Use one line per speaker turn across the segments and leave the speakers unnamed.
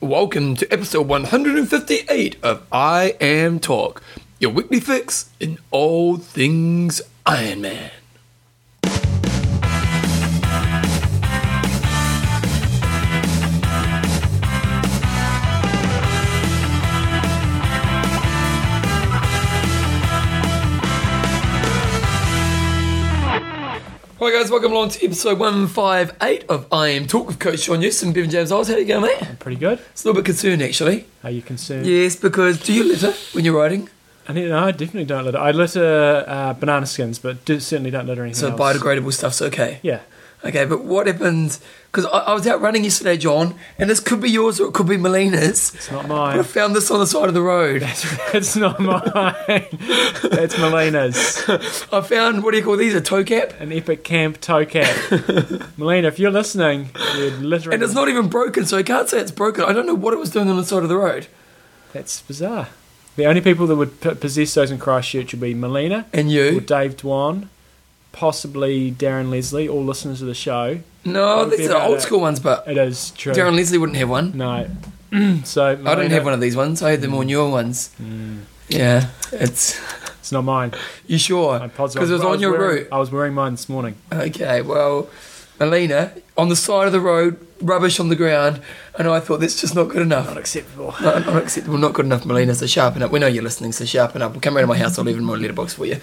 Welcome to episode 158 of I Am Talk, your weekly fix in all things Iron Man. Hi guys, welcome along to episode 158 of I Am Talk with Coach Sean Houston, Bevan James Oz. How you going, mate?
Pretty good.
It's a little bit concerned actually.
Are you concerned?
Yes, because do you litter when you're riding?
I think no, I definitely don't litter. I litter uh, banana skins, but do, certainly don't litter anything
So
else.
biodegradable stuff's okay.
Yeah.
Okay, but what happens? Because I, I was out running yesterday, John, and this could be yours or it could be Melina's.
It's not
But I
mine.
found this on the side of the road.
it's not mine. it's Melina's.
I found what do you call these? A toe cap,
An epic camp toe cap. Melina, if you're listening, you're littering.
and it's not even broken, so I can't say it's broken. I don't know what it was doing on the side of the road.
That's bizarre. The only people that would p- possess those in Christchurch would be Melina
And
or
you?
Dave Dwan, possibly Darren Leslie, all listeners of the show.
No,
would be
these are
about
old
it.
school ones, but
It is true.
Darren Leslie wouldn't have one.
no. so
I didn't
Melina- Mm.
have one of these ones. I had the more newer ones. Yeah, it's
It's not mine.
you sure?
My pods-
Because it was
I
on your
wearing,
route.
I was wearing mine this morning.
Okay, well, Melina on the side of the road, rubbish on the ground, and I thought that's just not good enough.
Not acceptable.
Not, not acceptable, not good enough, Melina, so sharpen up. We know you're listening, so sharpen up. We'll come round to my house, I'll leave it in my letterbox for you.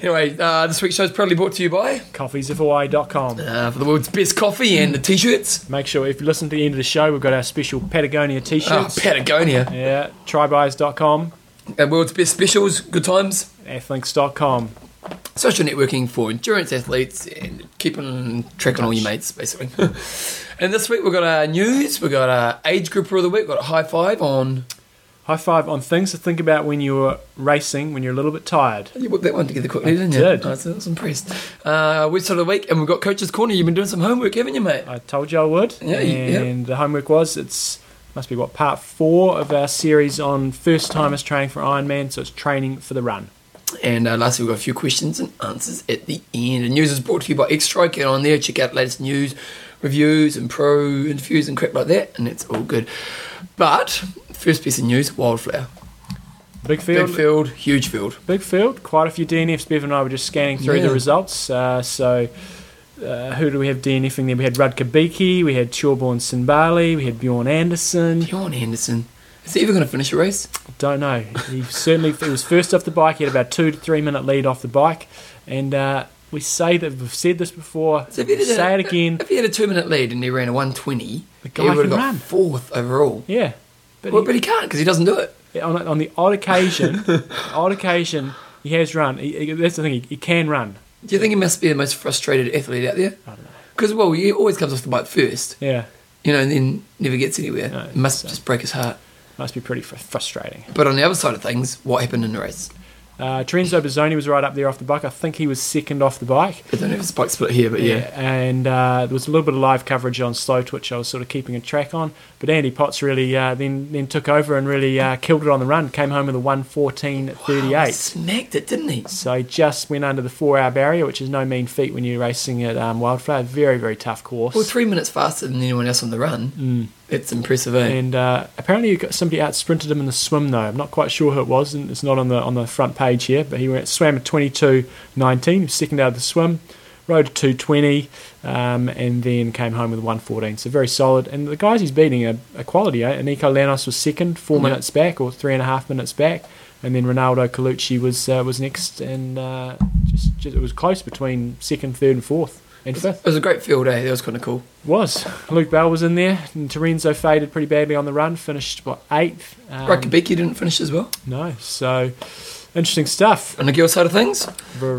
anyway, uh, this week's show is proudly brought to you by
Coffeesofhawaii.com.
uh, for the world's best coffee and the t shirts.
Make sure if you listen to the end of the show, we've got our special Patagonia
Oh,
t-shirts.
Patagonia.
yeah, trybuys.com,
And world's best specials, good times.
athlinks.com.
Social networking for endurance athletes and keeping track on all your mates, basically. and this week we've got our news, we've got our age grouper of the week, we've got a high five on.
High five on things to think about when you're racing, when you're a little bit tired.
You whipped that one together quickly, didn't you?
did.
I was, I was impressed. Uh, website of the week, and we've got Coach's Corner. You've been doing some homework, haven't you, mate?
I told you I would.
Yeah, you- yeah.
and the homework was it's must be what part four of our series on first timers training for Ironman. So it's training for the run.
And uh, lastly, we've got a few questions and answers at the end. And news is brought to you by Xtrike. Get on there, check out the latest news, reviews, and pro interviews and crap like that. And it's all good. But first piece of news: wildflower,
Big
big
field,
field, huge field.
big field, quite a few DNFs. Bev and I were just scanning through
Yeah.
the results. Uh, so, uh, who do we have DNFing there? We had Rudka Beaky, we had Chilborn Sinbali, we had Bjorn Anderson.
Bjorn Anderson is he ever going to finish a race?
Don't know. He certainly he was first off the bike. He had about two to three minute lead off the bike, and uh, we say that we've said this before.
So if he
we'll
did a-
say it again.
If he had a two-minute lead and he ran a one twenty,
The guy
he would have
can
got
run.
fourth overall.
Yeah, but,
Well,
he-
but he can't because he doesn't do it.
on, on the odd occasion, odd occasion he has run. He, he- that's the thing. He, he can run.
Do you think he must be the most frustrated athlete out there?
I don't know.
Because well, he always comes off the bike first,
Yeah,
you know, and then never gets anywhere.
No,
It must
so-
just break his heart.
must be pretty fr- frustrating.
But on the other side of things, what happened in the race?
Uh, Trenzo Bazzoni was right up there off the bike. I think he was second off the bike.
I don't know if it's bike split here, but yeah.
And uh, there was a little bit of live coverage on Slow Twitch I was sort of keeping a track on. But Andy Potts really uh, then then took over and really uh, killed it on the run. Came home with a
Wow, Oh, he
114.38.
smacked it, didn't he?
So he just went under the four hour barrier, which is no mean feat when you're racing at um, Wildflower. Very, very tough course.
Well, three minutes faster than anyone else on the run. Mm. It's impressive, eh?
and uh, apparently you got somebody out sprinted him in the swim though. I'm not quite sure who it was, and it's not on the on the front page here. But he went swam at 22.19, second out of the swim, rode to 220, um, and then came home with 114. So very solid. And the guys he's beating are, are quality. Eh? And Nico Lanos was second, four
Yeah.
minutes back or three and a half minutes back, and then Ronaldo Colucci was uh, was next, and uh, just, just it was close between second, third, and fourth. And fifth
It was a great field, eh? That was kind of cool.
was. Luke Bell was in there, and Terenzo faded pretty badly on the run, finished, what, eighth? Um,
Rakabeki didn't finish as well.
No, so interesting stuff.
On the girl side of things,
Vir-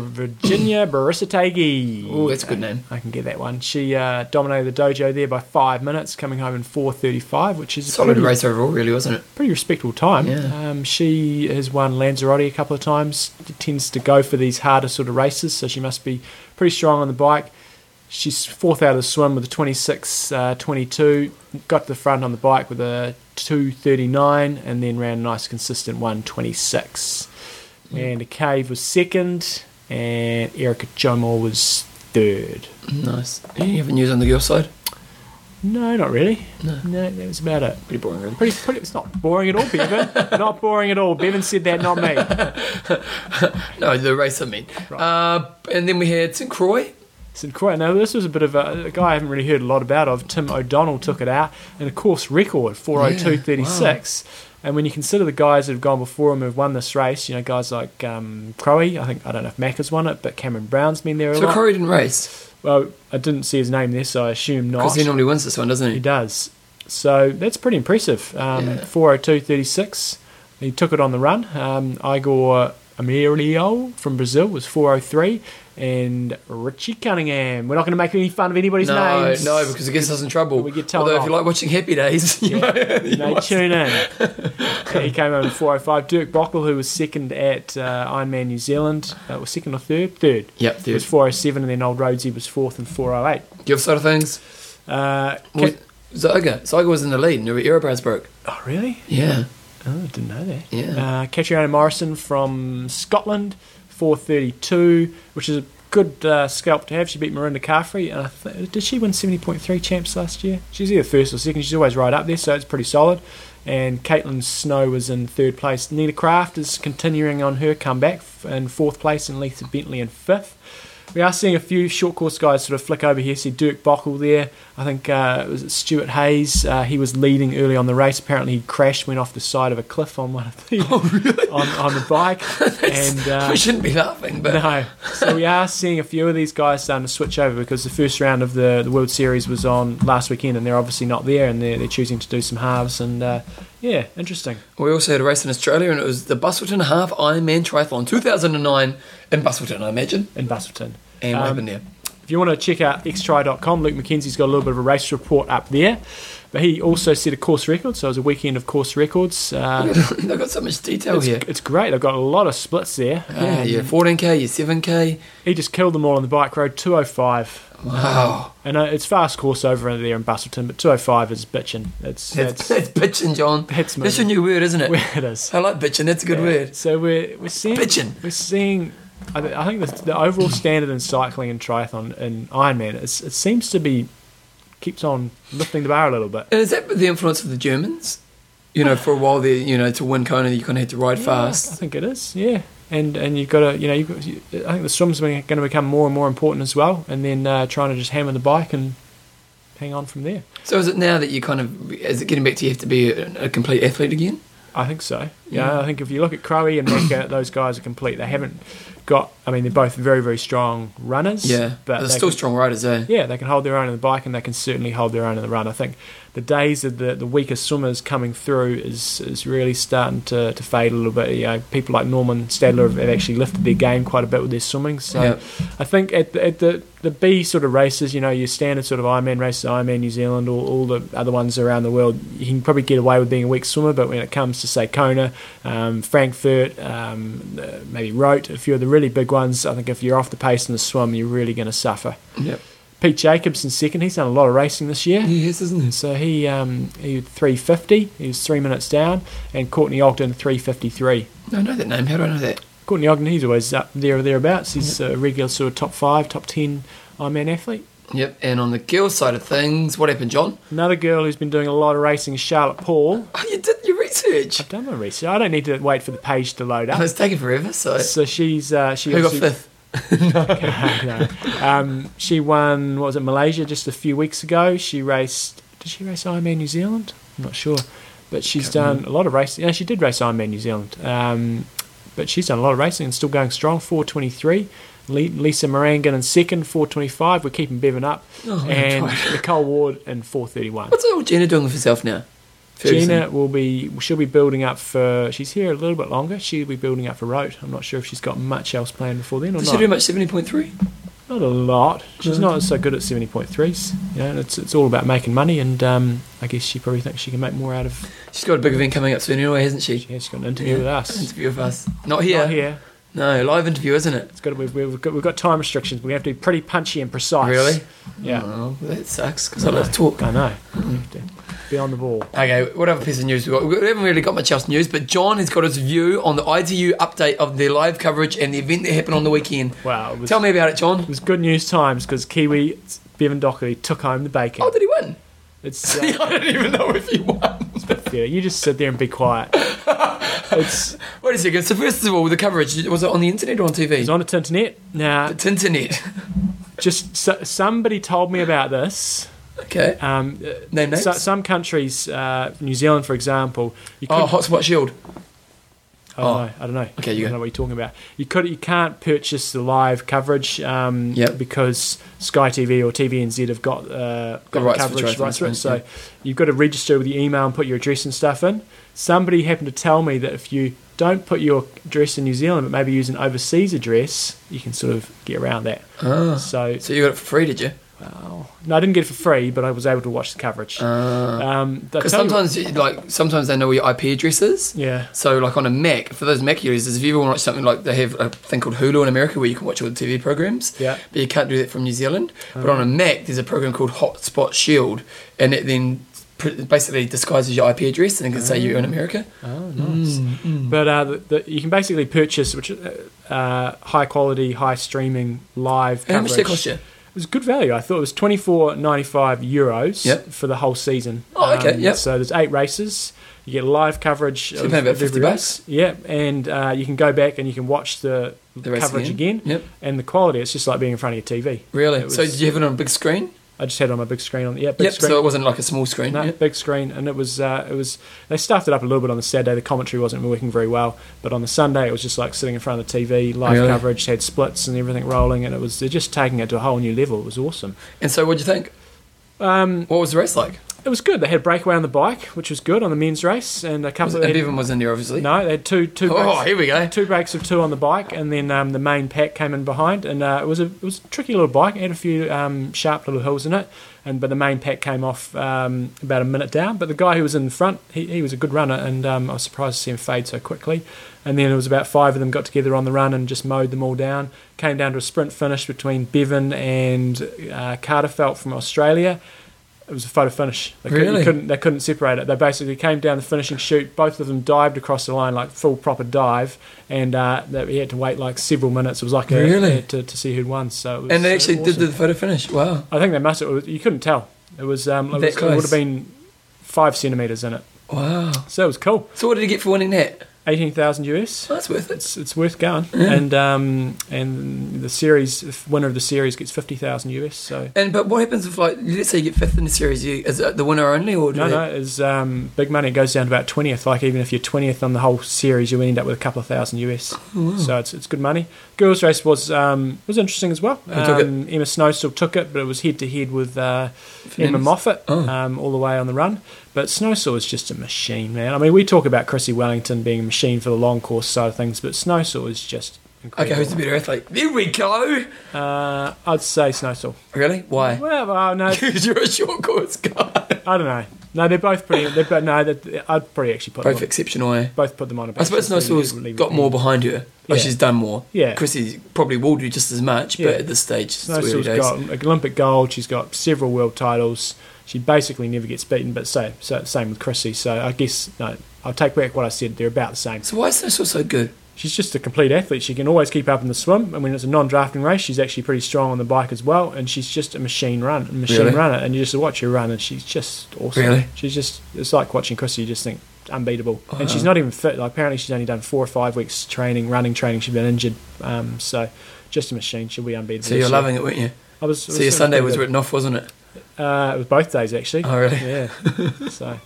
Virginia Barisategi.
oh, that's a good name.
I can get that one. She uh, dominated the dojo there by five minutes, coming home in 4.35, which is a
Solid
pretty,
race overall, really, wasn't it?
pretty respectable time.
Yeah.
Um, she has won Lanzarote a couple of times, tends to go for these harder sort of races, so she must be pretty strong on the bike. She's fourth out of the swim with a 26 uh, 22. Got to the front on the bike with a 239 and then ran a nice consistent 126. And a cave was second, and Erica Jomor was third.
Nice. Any other news on the girl side?
No, not really. No, that was about it.
Pretty boring, really.
Pretty, pretty. It's not boring at all, Bevan. not boring at all. Bevan said that, not me.
No, the race I meant. Uh, and then we had St. Croix.
St Croix. Now, this was a bit of a, a guy I haven't really heard a lot about of. Tim O'Donnell took it out in a course record, 402.36. And when you consider the guys that have gone before him who've won this race, you know, guys like um, Crowe, I think, I don't know if Mack has won it, but Cameron Brown's been there a
So
lot.
Croix didn't race
well, I didn't see his name there, so I assume not.
because he normally wins this one, doesn't
He
he?
does. So that's pretty impressive. Um,
Yeah.
402.36. He took it on the run. Um, Igor Emilio from Brazil was 403. And Richie Cunningham. We're not going to make any fun of anybody's
no,
names.
no, because it gets us in trouble.
We get told
Although, if
off.
you like watching Happy Days, you know, you
No,
must-
tune in. he came over in 405. Dirk Bockel, who was second at uh, Ironman New Zealand, uh, was second or third? Third.
Yep,
He was
dude.
407, and then Old Rhodesy was fourth and 408.
Your side of things.
Uh,
Was,
Ca-
Zyga. Zyga was in the lead, and the aeroplanes broke.
oh, really?
Yeah.
Oh, I didn't know that.
Yeah.
Uh, Catriona Morrison from Scotland, 432, which is a good uh, scalp to have. She beat Marinda Carfrey. And I th- did she win 70.3 champs last year? She's either first or second. She's always right up there, so it's pretty solid. And Caitlin Snow was in third place. Nina Craft is continuing on her comeback f- in fourth place, and Letha Bentley in fifth. We are seeing a few short course guys sort of flick over here. See Dirk Bockel there. I think uh, was it Stuart Hayes. Uh, he was leading early on the race. Apparently he crashed, went off the side of a cliff on one of the on, on the bike. and uh,
we shouldn't be laughing, but
no, so we are seeing a few of these guys starting to switch over because the first round of the, the World Series was on last weekend, and they're obviously not there, and they're, they're choosing to do some halves. And uh, yeah, interesting.
we also had a race in Australia, and it was the Bustleton Half Ironman Triathlon 2009 in Bustleton, I imagine.
In Bustleton.
And what
Um,
happened there?
If you want to check out xtry.com, Luke McKenzie's got a little bit of a race report up there. But he also set a course record, so it was a weekend of course records. Uh,
They've got so much detail
it's,
here.
it's great. They've got a lot of splits there.
Yeah,
Um,
Ah, yeah, 14k, your 7k.
He just killed them all on the bike road, 205.
Wow,
And uh, it's fast course over there in Bustleton, but 205 is bitching. It's,
that's,
it's,
that's bitching, John.
that's
That's your new word, isn't it?
where it is.
I like bitching. That's a good
Yeah.
word.
So we're we're seeing
Bitchin'.
we're seeing. I, th- I think the, the overall standard in cycling and triathlon and Ironman it's, it seems to be keeps on lifting the bar a little bit.
And is that the influence of the Germans? You know, for a while there, you know, to win Kona, you kind of had to ride
Yeah, I
fast.
think it is. Yeah, and and you've got to you know you've got, you, I think the swim's going to become more and more important as well, and then uh, trying to just hammer the bike and hang on from there.
So is it now that you kind of is it getting back to you have to be a, a complete athlete again?
I think so. Yeah, I think if you look at Crowe and Mecca, those guys are complete. They haven't got. I mean, they're both very very strong runners.
Yeah, but
but
they're
they
still
can-
strong riders, eh?
Yeah, they can hold their own on the bike, and they can certainly hold their own in the run. I think the days of the, the weaker swimmers coming through is is really starting to, to fade a little bit. You know, people like Norman Stadler have, have actually lifted their game quite a bit with their swimming. So
Yeah.
I think at the, at the the B sort of races, you know, your standard sort of Ironman races, Ironman New Zealand, all, all the other ones around the world, you can probably get away with being a weak swimmer. But when it comes to say Kona, um, Frankfurt, um, uh, maybe Rote, a few of the really big ones, I think if you're off the pace in the swim, you're really going to suffer.
Yep.
Pete Jacobson second. He's done a lot of racing this year.
Yes, isn't it?
So he um, he three fifty. He was three minutes down, and Courtney Ogden three fifty three.
No, I know that name. How do I know that?
Courtney Ogden, he's always up there or thereabouts. He's a regular sort of top five, top ten Ironman athlete.
Yep. And on the girls' side of things, what happened, John?
Another girl who's been doing a lot of racing is Charlotte Paul.
Oh, you did your research.
I've done my research. I don't need to wait for the page to load
Oh,
up.
it's taking forever. So
So she's uh, she
who got
obviously-
fifth?
no. um, she won. What was it? Malaysia just a few weeks ago. She raced. Did she race Ironman New Zealand? I'm not sure, but she's
Can't
done
remember.
a lot of racing. Yeah, she did race Ironman New Zealand. Um, but she's done a lot of racing and still going strong. Four twenty three. Lisa Marangan in second, four twenty five. We're keeping Bevan up,
Oh, I'm
and
tired.
Nicole Ward in four thirty one.
What's old Gina doing with herself now? Ferguson.
Gina will be she'll be building up for she's here a little bit longer. She'll be building up for Rote. I'm not sure if she's got much else planned before then or
Did
not.
she do much? Seventy point three.
Not a lot. She's
No.
not so good at seventy point threes. You know, and it's it's all about making money, and um, I guess she probably thinks she can make more out of.
She's got a big event coming up soon anyway, hasn't
Yeah,
she?
she's got an interview with us.
Interview with us. Not here.
Not here.
No, live interview, isn't it?
It's got to, we've, we've got we've got time restrictions. We have to be pretty punchy and precise.
Really?
Yeah.
Oh, that sucks because I love to talk.
I know. We have to Be on the ball.
Okay, what other piece of news we got? We haven't really got much else news, but John has got his view on the ITU update of their live coverage and the event that happened on the weekend.
Wow. It was,
Tell me about it, John.
It was good news times because Kiwi Bevan Dockery took home the bacon.
Oh, did he win?
It's uh,
I don't even know if you won.
yeah, you just sit there and be quiet. It's,
Wait a second. So first of all, the coverage was it on the internet or on TV?
it's on its internet. Now,
It's internet.
just so, somebody told me about this.
Okay.
Um,
Name names.
so, some countries, uh, New Zealand, for example, you
oh,
couldn't-
hotspot shield.
I don't
Oh.
know. I don't know.
Okay, you
I
go.
don't know what you're talking about. You could you can't purchase the live coverage um,
Yep.
because Sky TV or TVNZ have got uh, got the
rights for
coverage
Triathlon
rights for it.
Sprint,
So
yeah.
you've got to register with your email and put your address and stuff in. Somebody happened to tell me that if you don't put your address in New Zealand but maybe use an overseas address, you can sort of get around that.
Ah.
So
So you got it for free, did you?
wow. no, I didn't get it for free, but I was able to watch the coverage.
Ah. Because
Um, I tell you what-
sometimes, you- like, sometimes they know where your IP address is.
yeah.
So, like on a Mac, for those Mac users, if you ever watch something like they have a thing called Hulu in America where you can watch all the TV programs,
Yeah.
but you can't do that from New Zealand. But on a Mac, there's a program called Hotspot Shield, and it then pr- basically disguises your IP address and it can
Ah.
say you're in America.
Oh, nice.
Mm,
But uh, the, the, you can basically purchase which uh, uh, high quality, high streaming live.
And how much did it
coverage.
cost you?
It was good value. I thought it was twenty four ninety five euros
Yep.
for the whole season. Um,
Oh, okay, yep.
So there's eight races. You get live coverage.
So you pay about 50 bucks?
Yeah, and uh, you can go back and you can watch the,
The race
coverage again.
Yep.
And the quality, it's just like being in front of your TV.
Really?
It
So
was-
did you have it on a big screen?
I just had it on my big screen on yeah, big
yep.
screen.
So it wasn't like a small screen.
No,
yeah.
big screen, and it was uh, it was they stuffed it up a little bit on the Saturday. The commentary wasn't working very well, but on the Sunday it was just like sitting in front of the TV, live
Really?
coverage, had splits and everything rolling, and it was they're just taking it to a whole new level. It was awesome.
And so what'd you think? Um, what was the race like?
It was good. They had a breakaway on the bike, which was good on the men's race, and a couple
Was,
of
and Bevan was in there, obviously.
no, they had two two
E? Oh,
breaks,
here we go.
two breaks of two on the bike, and then um, the main pack came in behind, and uh, it was a it was a tricky little bike. It had a few um, sharp little hills in it, and but the main pack came off um, about a minute down. But the guy who was in front, he, he was a good runner, and um, I was surprised to see him fade so quickly. And then it was about five of them got together on the run and just mowed them all down. Came down to a sprint finish between Bevan and uh, Carterfelt from Australia. It was a photo finish. They couldn't- you
Really?
couldn't couldn't- they couldn't separate it. They basically came down the finishing chute. Both of them dived across the line like full proper dive, and uh, that he had to wait like several minutes. It was like a,
Really?
to, to see who'd won. So it was,
And they
uh,
actually
awesome.
did the photo finish. Wow.
I think they must. Have, it was- you couldn't tell. It was. Um, it,
That
was it would
close.
have been five centimeters in it.
Wow.
So it was cool.
So what did he get for winning that?
Eighteen thousand US.
Oh, that's worth it.
It's it's worth going. And um, and the series the winner of the series gets fifty thousand US. So.
And but what happens if like let's say you get fifth in the series? You is it the winner only or do
No,
they-
no, it's um, big money. It goes down to about twentieth. Like even if you're twentieth on the whole series, you end up with a couple of thousand US.
Oh,
So it's, it's good money. Girls' race was um, was interesting as well.
Who took it?
Um, Emma Snow still took it, but it was head to head with uh, Emma
Fernandes?
Moffat
Oh.
um, all the way on the run. But Snowsaw is just a machine, man. I mean, we talk about Chrissy Wellington being a machine for the long course side of things, but Snowsaw is just
Okay,
incredible.
who's the better athlete? There we go.
uh, I'd say Snowsaw.
Really? Why?
Well, uh, no,
Because you're a short course guy.
I don't know. No, they're both pretty. They're, but no, that- I'd probably actually put them
Both exceptional. Eh?
both put them on. About
I suppose no
16,
has
leave it
got
there.
more behind her. Like
Yeah.
she's done more.
Yeah.
Chrissy probably will do just as much,
Yeah.
but at this stage, it's
Snow
early
has
days.
got Olympic gold. She's got several world titles. She basically never gets beaten. But so, so same with Chrissy. So I guess no, I'll take back what I said. They're about the same.
So why is Snowsaw so good?
She's just a complete athlete. She can always keep up in the swim, and when it's a non-drafting race, she's actually pretty strong on the bike as well. And she's just a machine run, a machine
Really?
runner. And you just watch her run, and she's just awesome.
Really?
She's just it's like watching Chrissy. You just think unbeatable.
Oh,
And she's not even fit. Like, apparently, she's only done four or five weeks training, running training. She's been injured, um, so just a machine. She'll be unbeatable.
So you're
this year.
loving it, weren't you?
I was,
So
I
your
feeling
Sunday
pretty
was
good.
written off, wasn't it?
Uh, it was both days actually.
Oh, really?
Yeah. so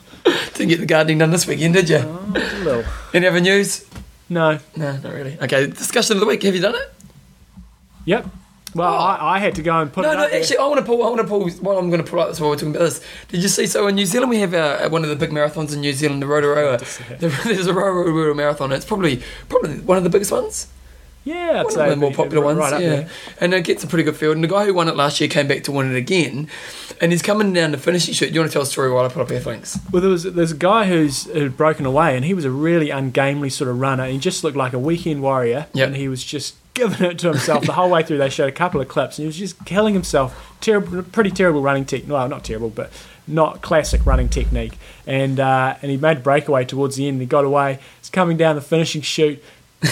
Didn't get the gardening done this weekend, did you?
oh, it's a little.
Any other news?
No.
No, not really. Okay, discussion of the week. Have you done it?
Yep. Well,
Oh.
I, I had to go and put
No,
it
no.
up there.
Actually, I want to pull. I want to pull. Well, I'm going to pull up this while we're talking about this. Did you see? So in New Zealand, we have our, one of the big marathons in New Zealand, the Rotorua. The, there's a Rotorua marathon. It's probably probably one of the biggest ones.
yeah, I'd
one
say
of the more
we-
popular
right
ones.
up
yeah,
there.
and it gets a pretty good field. And the guy who won it last year came back to win it again, and he's coming down to finish the shoot. Do you want to tell a story while I put up here? Thanks.
Well, there was there's a guy who's who'd broken away, and he was a really ungainly sort of runner. He just looked like a weekend warrior,
Yep.
and he was just giving it to himself the whole way through. They showed a couple of clips, and he was just killing himself. Terrible, pretty terrible running technique. Well, not terrible, but not classic running technique. And uh, and he made a breakaway towards the end. And he got away. He's coming down the finishing chute.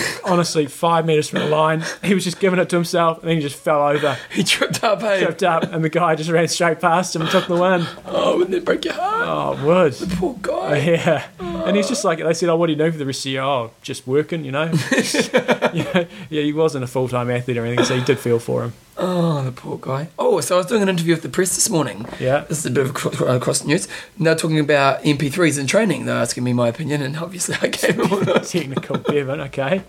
honestly five meters from the line. He was just giving it to himself, and then he just fell over,
He tripped up, hey?
tripped up, and the guy just ran straight past him and took the win.
Oh, wouldn't that break your heart?
Oh, it would.
Poor guy.
Yeah, and he's just like they said. Oh, what do you do for the rest of your? Oh, just working, you know. yeah, yeah, he wasn't a full time athlete or anything, so you did feel for him.
Oh, the poor guy. Oh, so I was doing an interview with the press this morning.
Yeah.
This is a bit of cross, uh, cross news. And they're talking about MP3s in training. They're asking me my opinion, and obviously I gave them all those.
Technical Bevan, okay,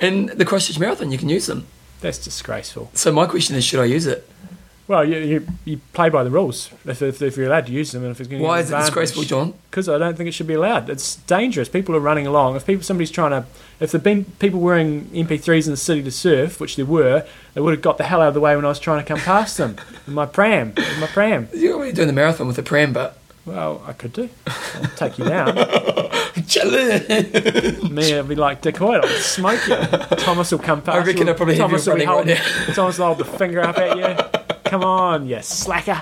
And the Christchurch Marathon, you can use them.
that's disgraceful.
So my question is, should I use it?
Well, you you, you play by the rules if, if, if you're allowed to use them, and if it's going to
Why is it disgraceful, John?
Because I don't think it should be allowed. It's dangerous. People are running along. If people, somebody's trying to, if there'd been people wearing MP3s in the city to surf, which there were, they would have got the hell out of the way when I was trying to come past them in my pram, in my pram.
You're already doing the marathon with a pram, but
Well, I could do. I'll take you down.
Challenge.
Me, I'll be like Dick Hoyle. I'll smoke you. Thomas will come past.
I reckon
He'll-
I'll probably have
Thomas
you
will be
running right
holding- Thomas will hold the finger up at you. Come on, you slacker.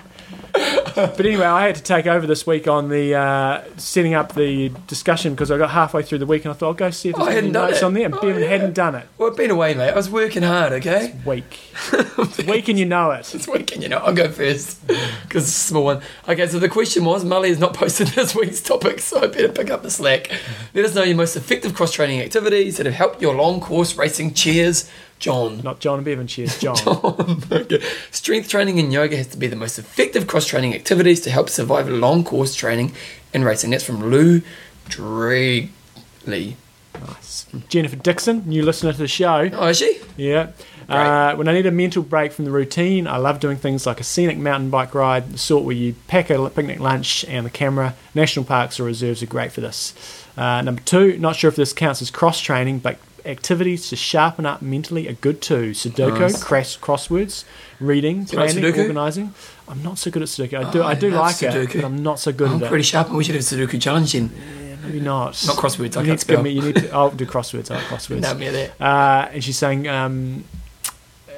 But anyway, I had to take over this week on the uh, setting up the discussion because I got halfway through the week and I thought I'll go see if
Oh, I
there's any
hadn't done
notes
it.
on there. And
Oh,
Bevan
yeah.
hadn't done it.
Well, I've been away, mate. I was working hard, okay?
Week, week, and you know it.
This weekend, you know, I'll go first because it's a small one. Okay, so the question was Molly has not posted this week's topic, so I better pick up the slack. Let us know your most effective cross training activities that have helped your long course racing. Cheers, John.
Not John and Bevan. Cheers, John. Oh.
Okay. Strength training and yoga has to be the most effective cross training activities to help survive long course training and racing. That's from Lou Dregley.
Nice. Jennifer Dixon, new listener to the show.
Oh, is she?
Yeah. Uh, when I need a mental break from the routine, I love doing things like a scenic mountain bike ride, the sort where you pack a picnic lunch and the camera. National parks or reserves are great for this. Uh, number two, not sure if this counts as cross training, but activities to sharpen up mentally are good too. Sudoku,
Nice.
crash crosswords, reading,
you like
planning,
Sudoku?
organising. I'm not so good at Sudoku. I do,
Oh,
I
I
do
love
like it,
Sudoku.
but I'm not so good
I'm
at
pretty
it.
sharp, and we should have Sudoku challenge in.
Maybe not.
Not crosswords, I can't
You need to give
spell.
me. You need to. I'll do crosswords. I'll crosswords.
No, me there.
Uh, and she's saying, um, uh,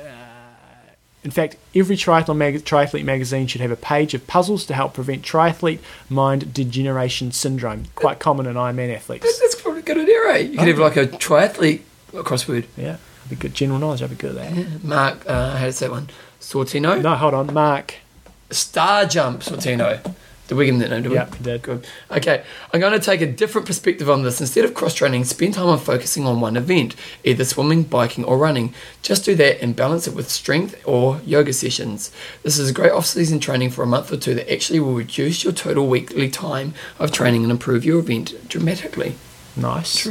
in fact, every triathlon mag- triathlete magazine should have a page of puzzles to help prevent triathlete mind degeneration syndrome, quite common in Ironman
That's,
athletes.
that's probably a good idea, right? You could have like a triathlete crossword.
Yeah, that'd be good general knowledge. I'd be good at that.
Mark, uh, how to say one? Sortino?
No, hold on, Mark.
Star Jump Sortino. Did we get that name? Did we?
Yep, you did.
Good. Okay, I'm going to take a different perspective on this. Instead of cross training, spend time on focusing on one event, either swimming, biking, or running. Just do that and balance it with strength or yoga sessions. This is a great off season training for a month or two that actually will reduce your total weekly time of training and improve your event dramatically.
Nice.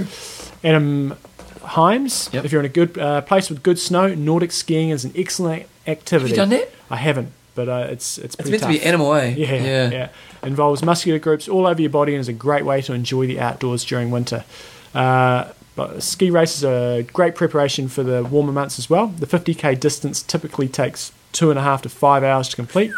Adam Himes,
Yep.
if you're in a good uh, place with good snow, Nordic skiing is an excellent activity.
done that?
I haven't, but uh, it's
It's
it's pretty
meant
tough.
to be animal, eh?
Yeah, yeah. Involves muscular groups all over your body and is a great way to enjoy the outdoors during winter. Uh, but ski races are great preparation for the warmer months as well. The 50k distance typically takes two and a half to five hours to complete,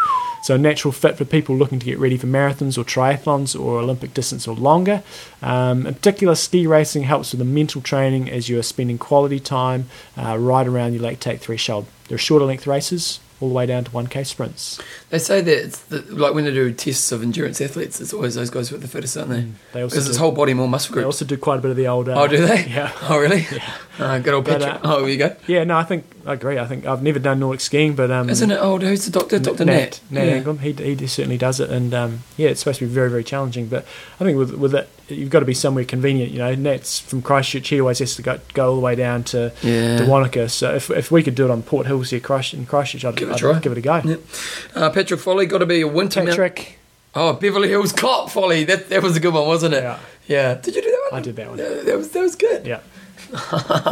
so a natural fit for people looking to get ready for marathons or triathlons or Olympic distance or longer. Um, in particular, ski racing helps with the mental training as you are spending quality time uh, right around your lactate threshold. There are shorter length races all the way down to 1k sprints.
They say that it's the, like when they do tests of endurance athletes, it's always those guys with the fittest, aren't they?
Mm, They also
Because it's
do-
whole body, more muscle
They
group.
also do quite a bit of the old. Uh,
oh, do they?
Yeah.
Oh, really? Yeah. Uh, good old
But,
Patrick.
uh,
oh, there you go.
Yeah, no, I think I agree. I think I've never done Nordic skiing, but um,
Isn't it old? Who's the doctor? Doctor
Nat,
Nat.
Nat
Yeah.
Ingram, he, he certainly does it, and um, yeah, it's supposed to be very very challenging. But I think with with it, you've got to be somewhere convenient. You know, Nat's from Christchurch. He always has to go, go all the way down to
Yeah.
to Wanaka. So if if we could do it on Port Hills here, Christ, in Christchurch, I'd
Give it a
I'd
try.
Give it a go.
Yeah. Uh, Patrick Foley got to be a winter. mount-
Patrick,
oh, Beverly Hills Cop Foley. That that was a good one, wasn't it?
Yeah.
Yeah. Did you do that one?
I did that one.
Yeah, that was that was good.
yeah,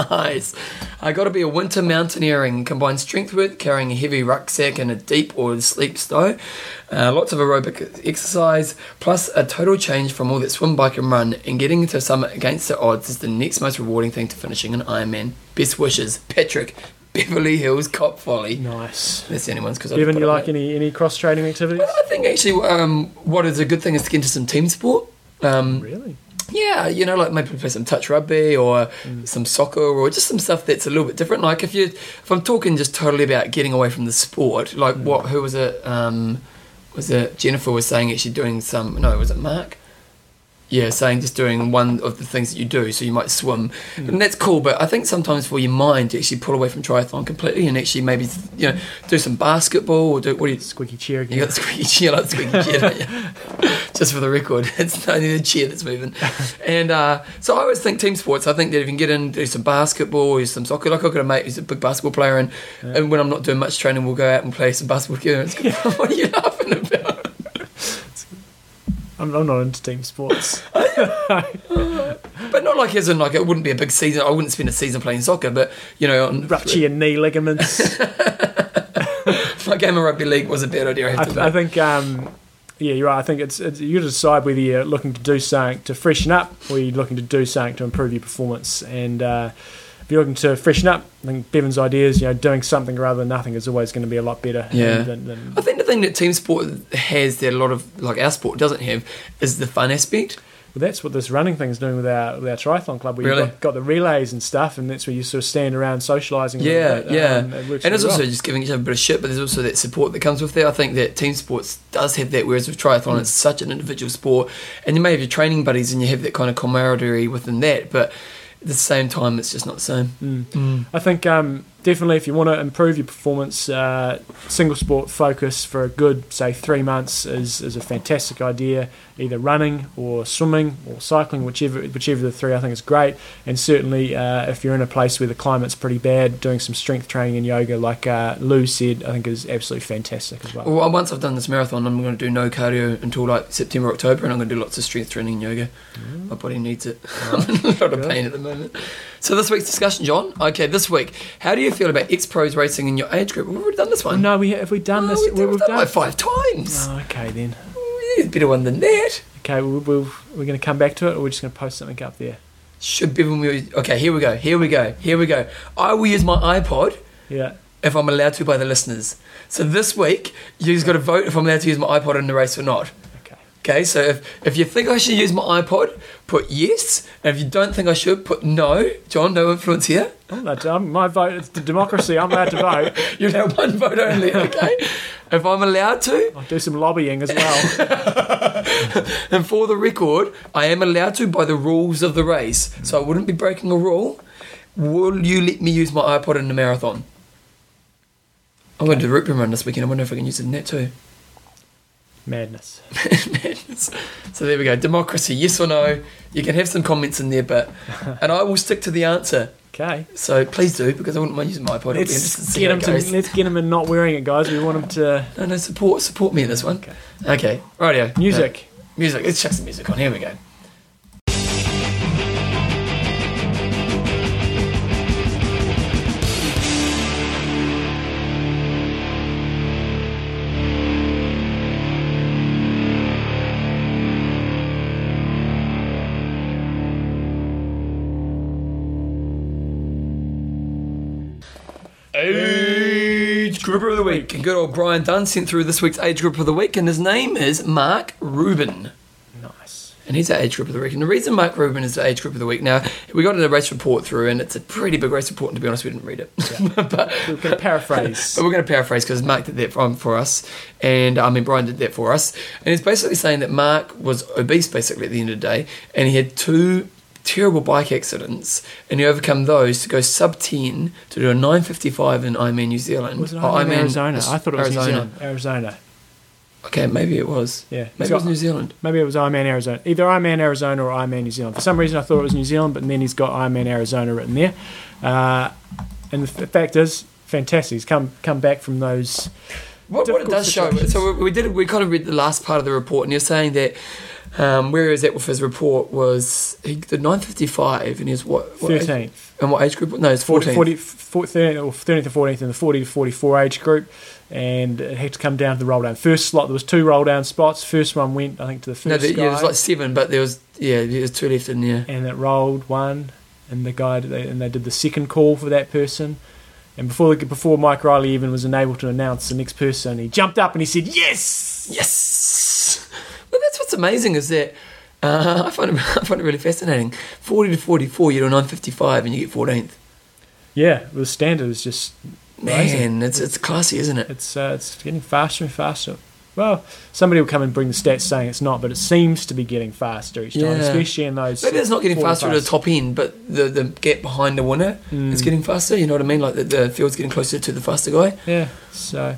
nice. I got to be a winter mountaineering. Combines strength with carrying a heavy rucksack and a deep or sleep snow. Uh, lots of aerobic exercise, plus a total change from all that swim, bike, and run. And getting into some against the odds is the next most rewarding thing to finishing an Ironman. Best wishes, Patrick. Beverly Hills Cop Folly.
nice.
That's the only ones because
Bevan, you like any any cross training activities?
I think actually, um, what is a good thing is to get into some team sport. Um,
Really?
yeah, you know, like maybe play some touch rugby or
Mm.
some soccer or just some stuff that's a little bit different. Like if you, if I'm talking just totally about getting away from the sport, like what?
Mm.
Who was it? Um, was it Jennifer was saying actually doing some? No, was it Mark? yeah, saying just doing one of the things that you do. So you might swim,
Mm.
and that's cool. But I think sometimes for your mind to actually pull away from triathlon completely and actually maybe you know do some basketball or do what do you?
Squeaky chair again.
You got the squeaky chair, like the squeaky chair, don't you? Just for the record, it's only the chair that's moving. And uh, so I always think team sports. I think that if you can get in, do some basketball, do some soccer. Like I've got a mate who's a big basketball player, and, and when I'm not doing much training, we'll go out and play some basketball together. It's good. what are you laughing about?
I'm, I'm not into team sports.
But not like as in like it wouldn't be a big season. I wouldn't spend a season playing soccer, but you know, on,
Rupture your knee ligaments.
my game of rugby league was a bad idea. I
I,
have to admit.
th- I think, um, yeah, you're right. I think it's, it's you decide whether you're looking to do something to freshen up or you're looking to do something to improve your performance. And uh, if you're looking to freshen up, I think Bevan's ideas, you know, doing something rather than nothing is always going to be a lot better.
Yeah.
Than, than,
I think the thing that team sport has that a lot of like our sport doesn't have is the fun aspect.
Well, that's what this running thing is doing with our, with our triathlon club. Where
Really?
you've got, got the relays and stuff, and that's where you sort of stand around socialising. a little
Yeah,
bit.
yeah,
Um, it
and it's
works really
also
well.
just giving each other a bit of shit. But there's also that support that comes with it. I think that team sports does have that, whereas with triathlon,
Mm.
it's such an individual sport, and you may have your training buddies and you have that kind of camaraderie within that. But at the same time, it's just not the same.
I think um, definitely if you want to improve your performance, uh, single sport focus for a good, say, three months is, is a fantastic idea. Either running or swimming or cycling, whichever whichever of the three, I think is great. And certainly uh, if you're in a place where the climate's pretty bad, doing some strength training and yoga, like uh, Lou said, I think is absolutely fantastic as well.
Well, once I've done this marathon, I'm going to do no cardio until like September, October, and I'm going to do lots of strength training and yoga. My body needs it. I'm in a lot of
Mm. Good.
pain at the moment. So this week's discussion, John. Okay, this week, how do you feel about X Pros racing in your age group? We've already done this one.
No, we have we done
Oh,
this?
we, have
we've
done, it like five times.
Oh, okay then.
We need a better one than that.
Okay, we'll, we'll, we're going to come back to it, or we're just going to post something up there.
Should be when we. Okay, here we go. Here we go. Here we go. I will use my iPod.
Yeah.
If I'm allowed to by the listeners. So this week, you've got to vote if I'm allowed to use my iPod in the race or not.
Okay.
Okay, so if, if you think I should use my iPod, put yes. And if you don't think I should, put no. John, no influence here.
I'm allowed to- I'm- my vote. It's the democracy. I'm allowed to vote.
You'd have one vote only, okay? if I'm allowed to,
I'll do some lobbying as well.
and for the record, I am allowed to by the rules of the race. So I wouldn't be breaking a rule. Will you let me use my iPod in the marathon? I'm going to do the Rupin run this weekend. I wonder if I can use it in that too.
Madness.
Madness. So there we go. Democracy, yes or no. You can have some comments in there, but. And I will stick to the answer.
Okay.
So please do because I wouldn't mind using my iPod. It'd be interesting
Let's
see
get
how
him
it
to.
goes.
Let's get him in not wearing it, guys. We want him to.
No, no, support support me in this one.
Okay.
Okay, radio
Music.
Uh, music. Let's chuck some music on. Here we go. Age Grouper of the Week. And good old Brian Dunn sent through this week's Age Group of the Week, and his name is Mark Rubin.
Nice.
And he's our age group of the week. And the reason Mark Rubin is the age group of the week now, we got a race report through, and it's a pretty big race report. And to be honest, we didn't read it, but
We're going to paraphrase.
But we're going to paraphrase because Mark did that for, for us, and I mean Brian did that for us, and it's basically saying that Mark was obese basically at the end of the day, and he had two terrible bike accidents, and he overcome those to go sub ten to do a nine fifty five in Ironman New Zealand.
Was it
Oh,
Ironman
Ironman
Arizona?
Aus-
I thought it was
Arizona.
New Zealand. Arizona.
Okay, maybe it was.
Yeah. It's
maybe it
got-
was New Zealand.
Maybe it was Ironman Arizona. Either Ironman Arizona or Ironman New Zealand. For some reason, I thought it was New Zealand, but then he's got Ironman Arizona written there. Uh, and the f- fact is, fantastic. He's come come back from those.
What, what it
difficult
does show,
situations.
so we, we did, we kind of read the last part of the report, and you're saying that um, where he was at with his report was he did 955, and he was what? what age-
13th.
and what age group? No, it's
40,
14.
40, 13, or 13th or 14th in the 40 to 44 age group, and it had to come down to the roll down. First slot, there was two roll down spots. First one went, I think, to the first
No, the,
guy,
yeah, it was like seven, but there was yeah, there was two left in there.
and it rolled one, and the guy they, and they did the second call for that person. And before the, before Mike Riley even was able to announce the next person, he jumped up and he said, "Yes!"
Yes. Well, that's what's amazing is that uh, I find it, I find it really fascinating. 40 to 44, you do 955, and you get 14th.
Yeah, the standard is just
Man,
Amazing.
it's it's classy, isn't it?
it's uh, it's getting faster and faster. Well, somebody will come and bring the stats saying it's not, but it seems to be getting faster each time,
Yeah.
especially in those.
Maybe it's not getting
quarter
faster at the
past.
top end, but the, the gap behind the winner is getting faster. You know what I mean? Like the, the field's getting closer to the faster guy.
Yeah, so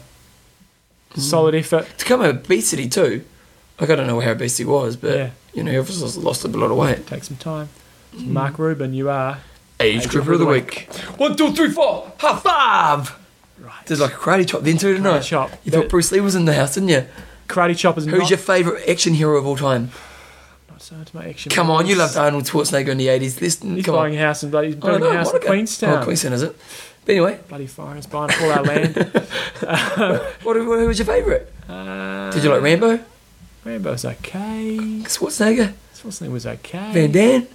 Mm.
solid effort.
It's come obesity too. Like I don't know how obese he was, but
Yeah.
you know, he obviously lost a lot of weight.
Take some time.
Mm.
Mark Rubin, you are
Age grouper of the week. One, two, three, four. High five.
right.
There's like a karate chop then too, didn't I?
Karate chop.
You thought
That-
Bruce Lee was in the house, didn't you?
karate chop is
Who's
not,
your favourite action hero of all time?
not so into my action.
Come on, you
movies.
loved Arnold Schwarzenegger in the 80s. Listen,
He's
come
buying
on. Oh,
a house and bloody he's
I don't
building a
know,
house in
Monaco.
Queenstown.
Oh, Queenstown, is it? But anyway,
Bloody foreigners buying up all our land.
what, who who was your favourite?
Uh,
Did you like Rambo?
Rambo's okay.
Schwarzenegger?
Schwarzenegger was okay.
Van Damme?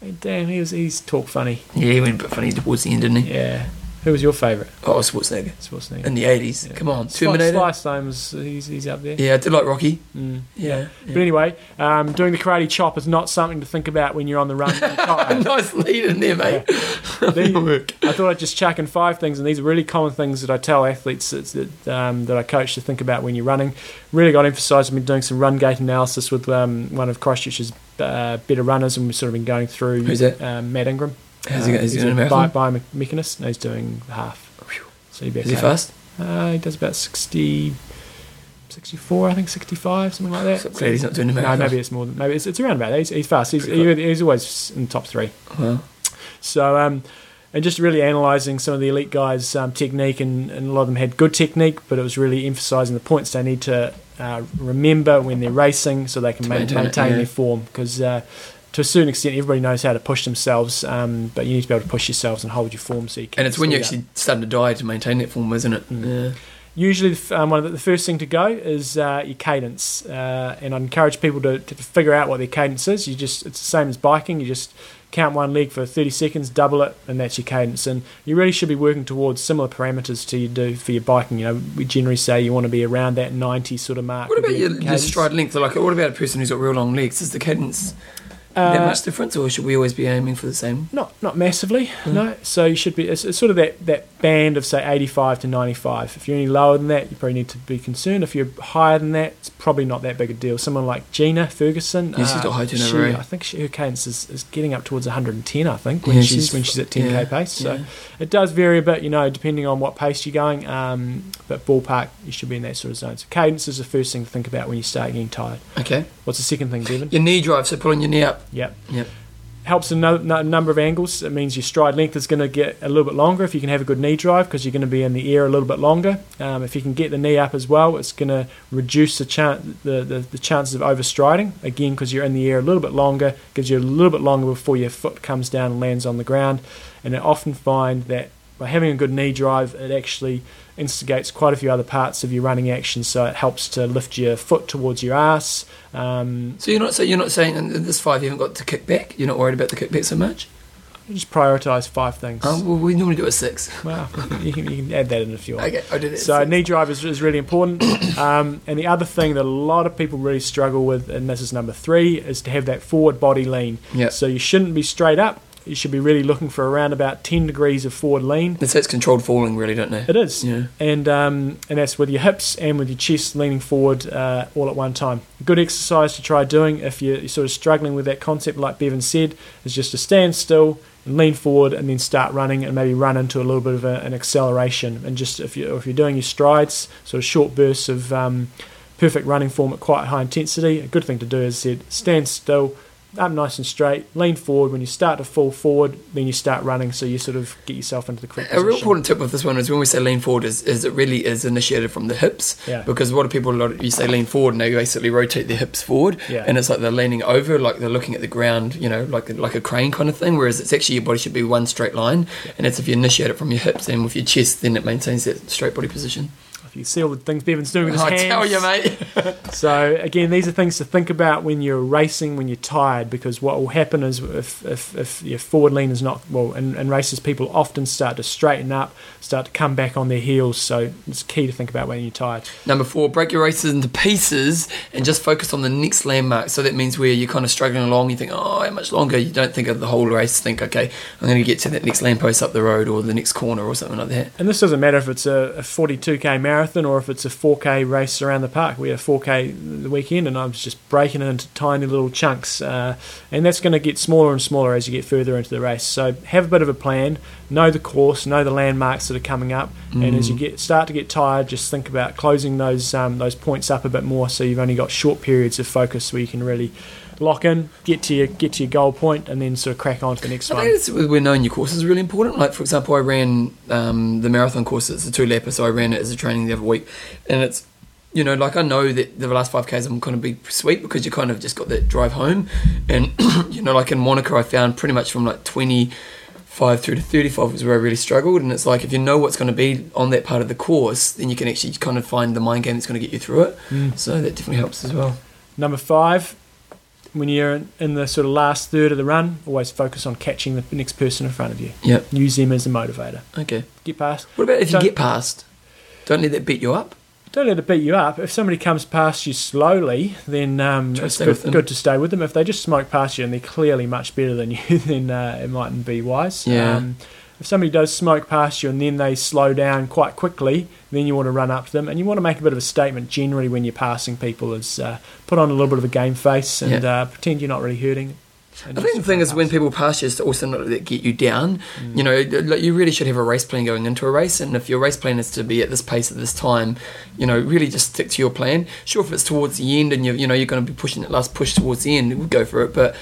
Van Damme, he was he's talk funny.
Yeah, he went a bit funny towards the end, didn't he?
Yeah. Who was your favourite
Oh, Schwarzenegger.
Schwarzenegger?
In the 80s. Come on.
Sly-
Terminator?
Sly Stone was he's, he's up there.
Yeah, I did like Rocky.
Mm.
Yeah.
But anyway, um, doing the karate chop is not something to think about when you're on the run. and you're tired.
nice lead in there, mate.
They-
work.
I thought I'd just chuck in five things, and these are really common things that I tell athletes that, that, um, that I coach to think about when you're running. Really got emphasised. I've been doing some run gait analysis with um, one of Christchurch's uh, better runners, and we've sort of been going through
Who's that?
Um, Matt Ingram. Um,
How's he go- is he
he's
doing a
a
marathon?
bi- biomechanist, and he's doing half.
Phew.
So he'd be
Is he
okay.
fast?
Uh, he does about 60, 64, I think 65, something like that.
So glad he's not doing the
No,
marathon.
maybe it's more than maybe it's, it's around about that. He's, he's fast. He's,
Pretty quick.
he's always in the top three.
Well,
So, um, and just really analysing some of the elite guys' um, technique, and, and a lot of them had good technique, but it was really emphasising the points they need to uh, remember when they're racing so they can
To
ma- maintain,
maintain it, yeah.
their form. Because uh, to a certain extent, everybody knows how to push themselves, um, but you need to be able to push yourselves and hold your form so you can.
and it's when you're
speed up.
actually starting to die to maintain that form, isn't it?
Mm.
Yeah.
Usually, the f- um, one of the, the first thing to go is uh, your cadence, uh, and I encourage people to, to figure out what their cadence is. You just it's the same as biking. You just count one leg for 30 seconds, double it, and that's your cadence. And you really should be working towards similar parameters to you do for your biking. You know, we generally say you want to be around that 90 sort of mark.
What
would
about
be
your, your
cadence.
stride length? Like, what about a person who's got real long legs? Is the cadence that
Uh,
much difference, or should we always be aiming for the same?
Not not massively,
Hmm.
no. So you should be it's, it's sort of that, that band of say 85 to 95. If you're any lower than that, you probably need to be concerned. If you're higher than that, it's probably not that big a deal. Someone like Gina Ferguson, uh,
Yeah, she's got high turnover,
she-
eh?
I think she, her cadence is, is getting up towards 110. I think when
Yeah,
she's,
she's-
when she's at 10k
yeah,
pace. So
yeah.
it does vary a bit, you know, depending on what pace you're going. Um, but ballpark, you should be in that sort of zone. So cadence is the first thing to think about when you start getting tired.
Okay.
What's the second thing, Devin?
Your knee drive, so pulling your knee up.
Yep
Yep.
helps a no, no, number of angles. It means your stride length is going to get a little bit longer if you can have a good knee drive because you're going to be in the air a little bit longer. Um, if you can get the knee up as well, it's going to reduce the, chan- the, the, the chances of overstriding again because you're in the air a little bit longer. Gives you a little bit longer before your foot comes down and lands on the ground. And I often find that by having a good knee drive, it actually instigates quite a few other parts of your running action. So it helps to lift your foot towards your ass. Um,
So you're not so you're not saying in in this five you haven't got to kick back. You're not worried about the kickback so much.
just prioritize five things.
Oh, well, we normally do a six.
Wow, you can, you can add that in if you want.
Okay, I did it.
So knee drive is, is really important. Um, and the other thing that a lot of people really struggle with, and this is number three, is to have that forward body lean.
Yep.
So you shouldn't be straight up. You should be really looking for around about 10 degrees of forward lean.
That's that's controlled falling, really, don't they?
It is.
Yeah.
And, um, and that's with your hips and with your chest leaning forward uh, all at one time. Good exercise to try doing if you're sort of struggling with that concept, like Bevan said, is just to stand still and lean forward and then start running and maybe run into a little bit of a, an acceleration. And just if, you, if you're doing your strides, sort of short bursts of um, perfect running form at quite high intensity, a good thing to do is said stand still. Up nice and straight, lean forward. When you start to fall forward, then you start running, so you sort of get yourself into the correct
A
position.
real important tip with this one is when we say lean forward is, is it really is initiated from the hips
Yeah.
because a lot of people a lot of, you say lean forward and they basically rotate their hips forward
Yeah.
and it's like they're leaning over like they're looking at the ground you know like like a crane kind of thing whereas it's actually your body should be one straight line and it's if you initiate it from your hips and with your chest then it maintains that straight body position.
If you see all the things Bevan's doing with his
I
hands.
tell you mate.
So again, these are things to think about when you're racing, when you're tired, because what will happen is if, if, if your forward lean is not well, in, in races people often start to straighten up, start to come back on their heels. So it's key to think about when you're tired.
Number four, break your races into pieces and just focus on the next landmark. So that means where you're kind of struggling along, you think, oh, how much longer? You don't think of the whole race. Think, okay, I'm going to get to that next lamppost up the road or the next corner or something like that.
And this doesn't matter if it's a, a 42k marathon or if it's a 4K race around the park. We had a 4K the weekend, and I was just breaking it into tiny little chunks. Uh, and that's going to get smaller and smaller as you get further into the race. So have a bit of a plan, know the course, know the landmarks that are coming up, and as you get start to get tired, just think about closing those um, those points up a bit more, so you've only got short periods of focus where you can really lock in, get to your get to your goal point, and then sort of crack on to the next
I
one.
think it's where knowing your course is really important. Like for example, I ran um, the marathon course. It's a two lapper, so I ran it as a training the other week, and it's you know like I know that the last five k's I'm going to be sweet because you kind of just got that drive home, and you know like in Monaco I found pretty much from like twenty five through to thirty five was where I really struggled, and it's like if you know what's going to be on that part of the course, then you can actually kind of find the mind game that's going to get you through it. So that definitely helps as well.
Number five, when you're in, in the sort of last third of the run, always focus on catching the next person in front of you.
Yep.
Use them as a motivator.
Okay.
Get past.
What about if you
Don't-
get past? Don't let that beat you up.
Don't let it beat you up. If somebody comes past you slowly, then um,
Try to
it's
stay with
good,
them.
good to stay with them. If they just smoke past you and they're clearly much better than you, then uh, it mightn't be wise.
Yeah.
Um, if somebody does smoke past you and then they slow down quite quickly, then you want to run up to them and you want to make a bit of a statement. Generally, when you're passing people, is uh, put on a little bit of a game face and uh, pretend you're not really hurting. and
I
just
think the thing
run
is when
past.
people pass you is to also not let it get you down. You know, like you really should have a race plan going into a race, and if your race plan is to be at this pace at this time, you know, really just stick to your plan. Sure, if it's towards the end and you you know you're going to be pushing that last push towards the end, go for it. But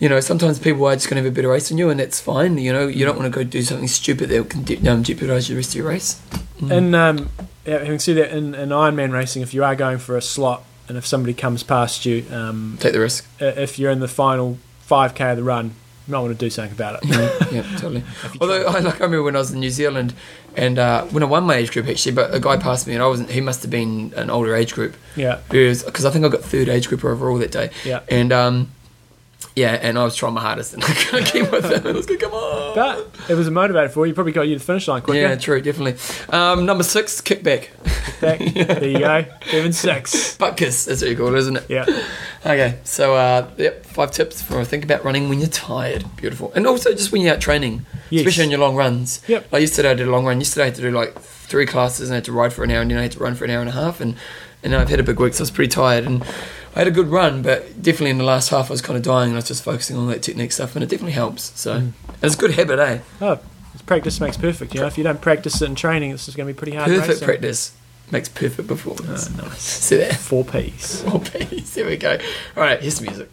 you know, sometimes people are just going to have a better race than you, and that's fine. You know, you don't want to go do something stupid that can de- um, jeopardize the rest of your race.
And um, yeah, having said that, in, in Ironman racing, if you are going for a slot and if somebody comes past you, um,
Take the risk.
i- if you're in the final 5k of the run, you might want to do something about it.
yeah, totally. Although, I, like, I remember when I was in New Zealand, and uh, when I won my age group actually, but a guy passed me, and I wasn't. He must have been an older age group.
Yeah.
because I think I got third age group overall that day.
Yeah.
and um, yeah, and I was trying my hardest, and I couldn't keep with him. It was good. Come on.
But it was a motivator for you. Probably got you to the finish line quicker.
yeah, true, definitely. Um, number six, kickback.
Back. There you go. Even six.
Butt kiss, that's what you call it, isn't it?
Yeah.
Okay, so uh, yep, five tips for think about running when you're tired. Beautiful, and also just when you're out training,
Yes.
especially on your long runs.
Yep.
Like yesterday, I did a long run. Yesterday, I had to do like three classes, and I had to ride for an hour, and then I had to run for an hour and a half, and and I've had a big week, so I was pretty tired, and I had a good run, but definitely in the last half, I was kind of dying, and I was just focusing on that technique stuff, and it definitely helps. So
Mm.
and it's a good habit, eh?
Oh, practice makes perfect. You know, if you don't practice it in training, this is going to be pretty hard
Perfect
racing.
practice makes perfect performance.
Oh, nice.
See that?
Four P's.
Four P's. There we go. All right, here's the music.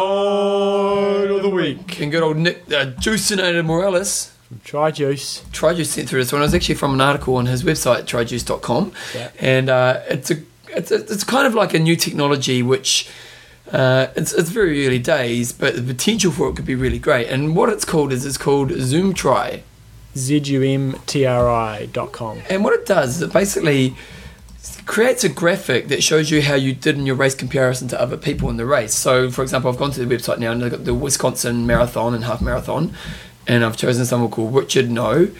Website of the week. And good old Nick, uh, Juicinator Morales.
Try juice.
Trijuice sent through this one. It was actually from an article on his website, trijuice.com.
Yeah.
And uh, it's, a, it's, a, it's kind of like a new technology which. Uh, it's, it's very early days, but the potential for it could be really great. And what it's called is it's called Zoom Try.
Z-U-M-T-R-I dot com.
And what it does is it basically creates a graphic that shows you how you did in your race comparison to other people in the race. So, for example, I've gone to the website now and they've got the Wisconsin Marathon and Half Marathon, and I've chosen someone called Richard No,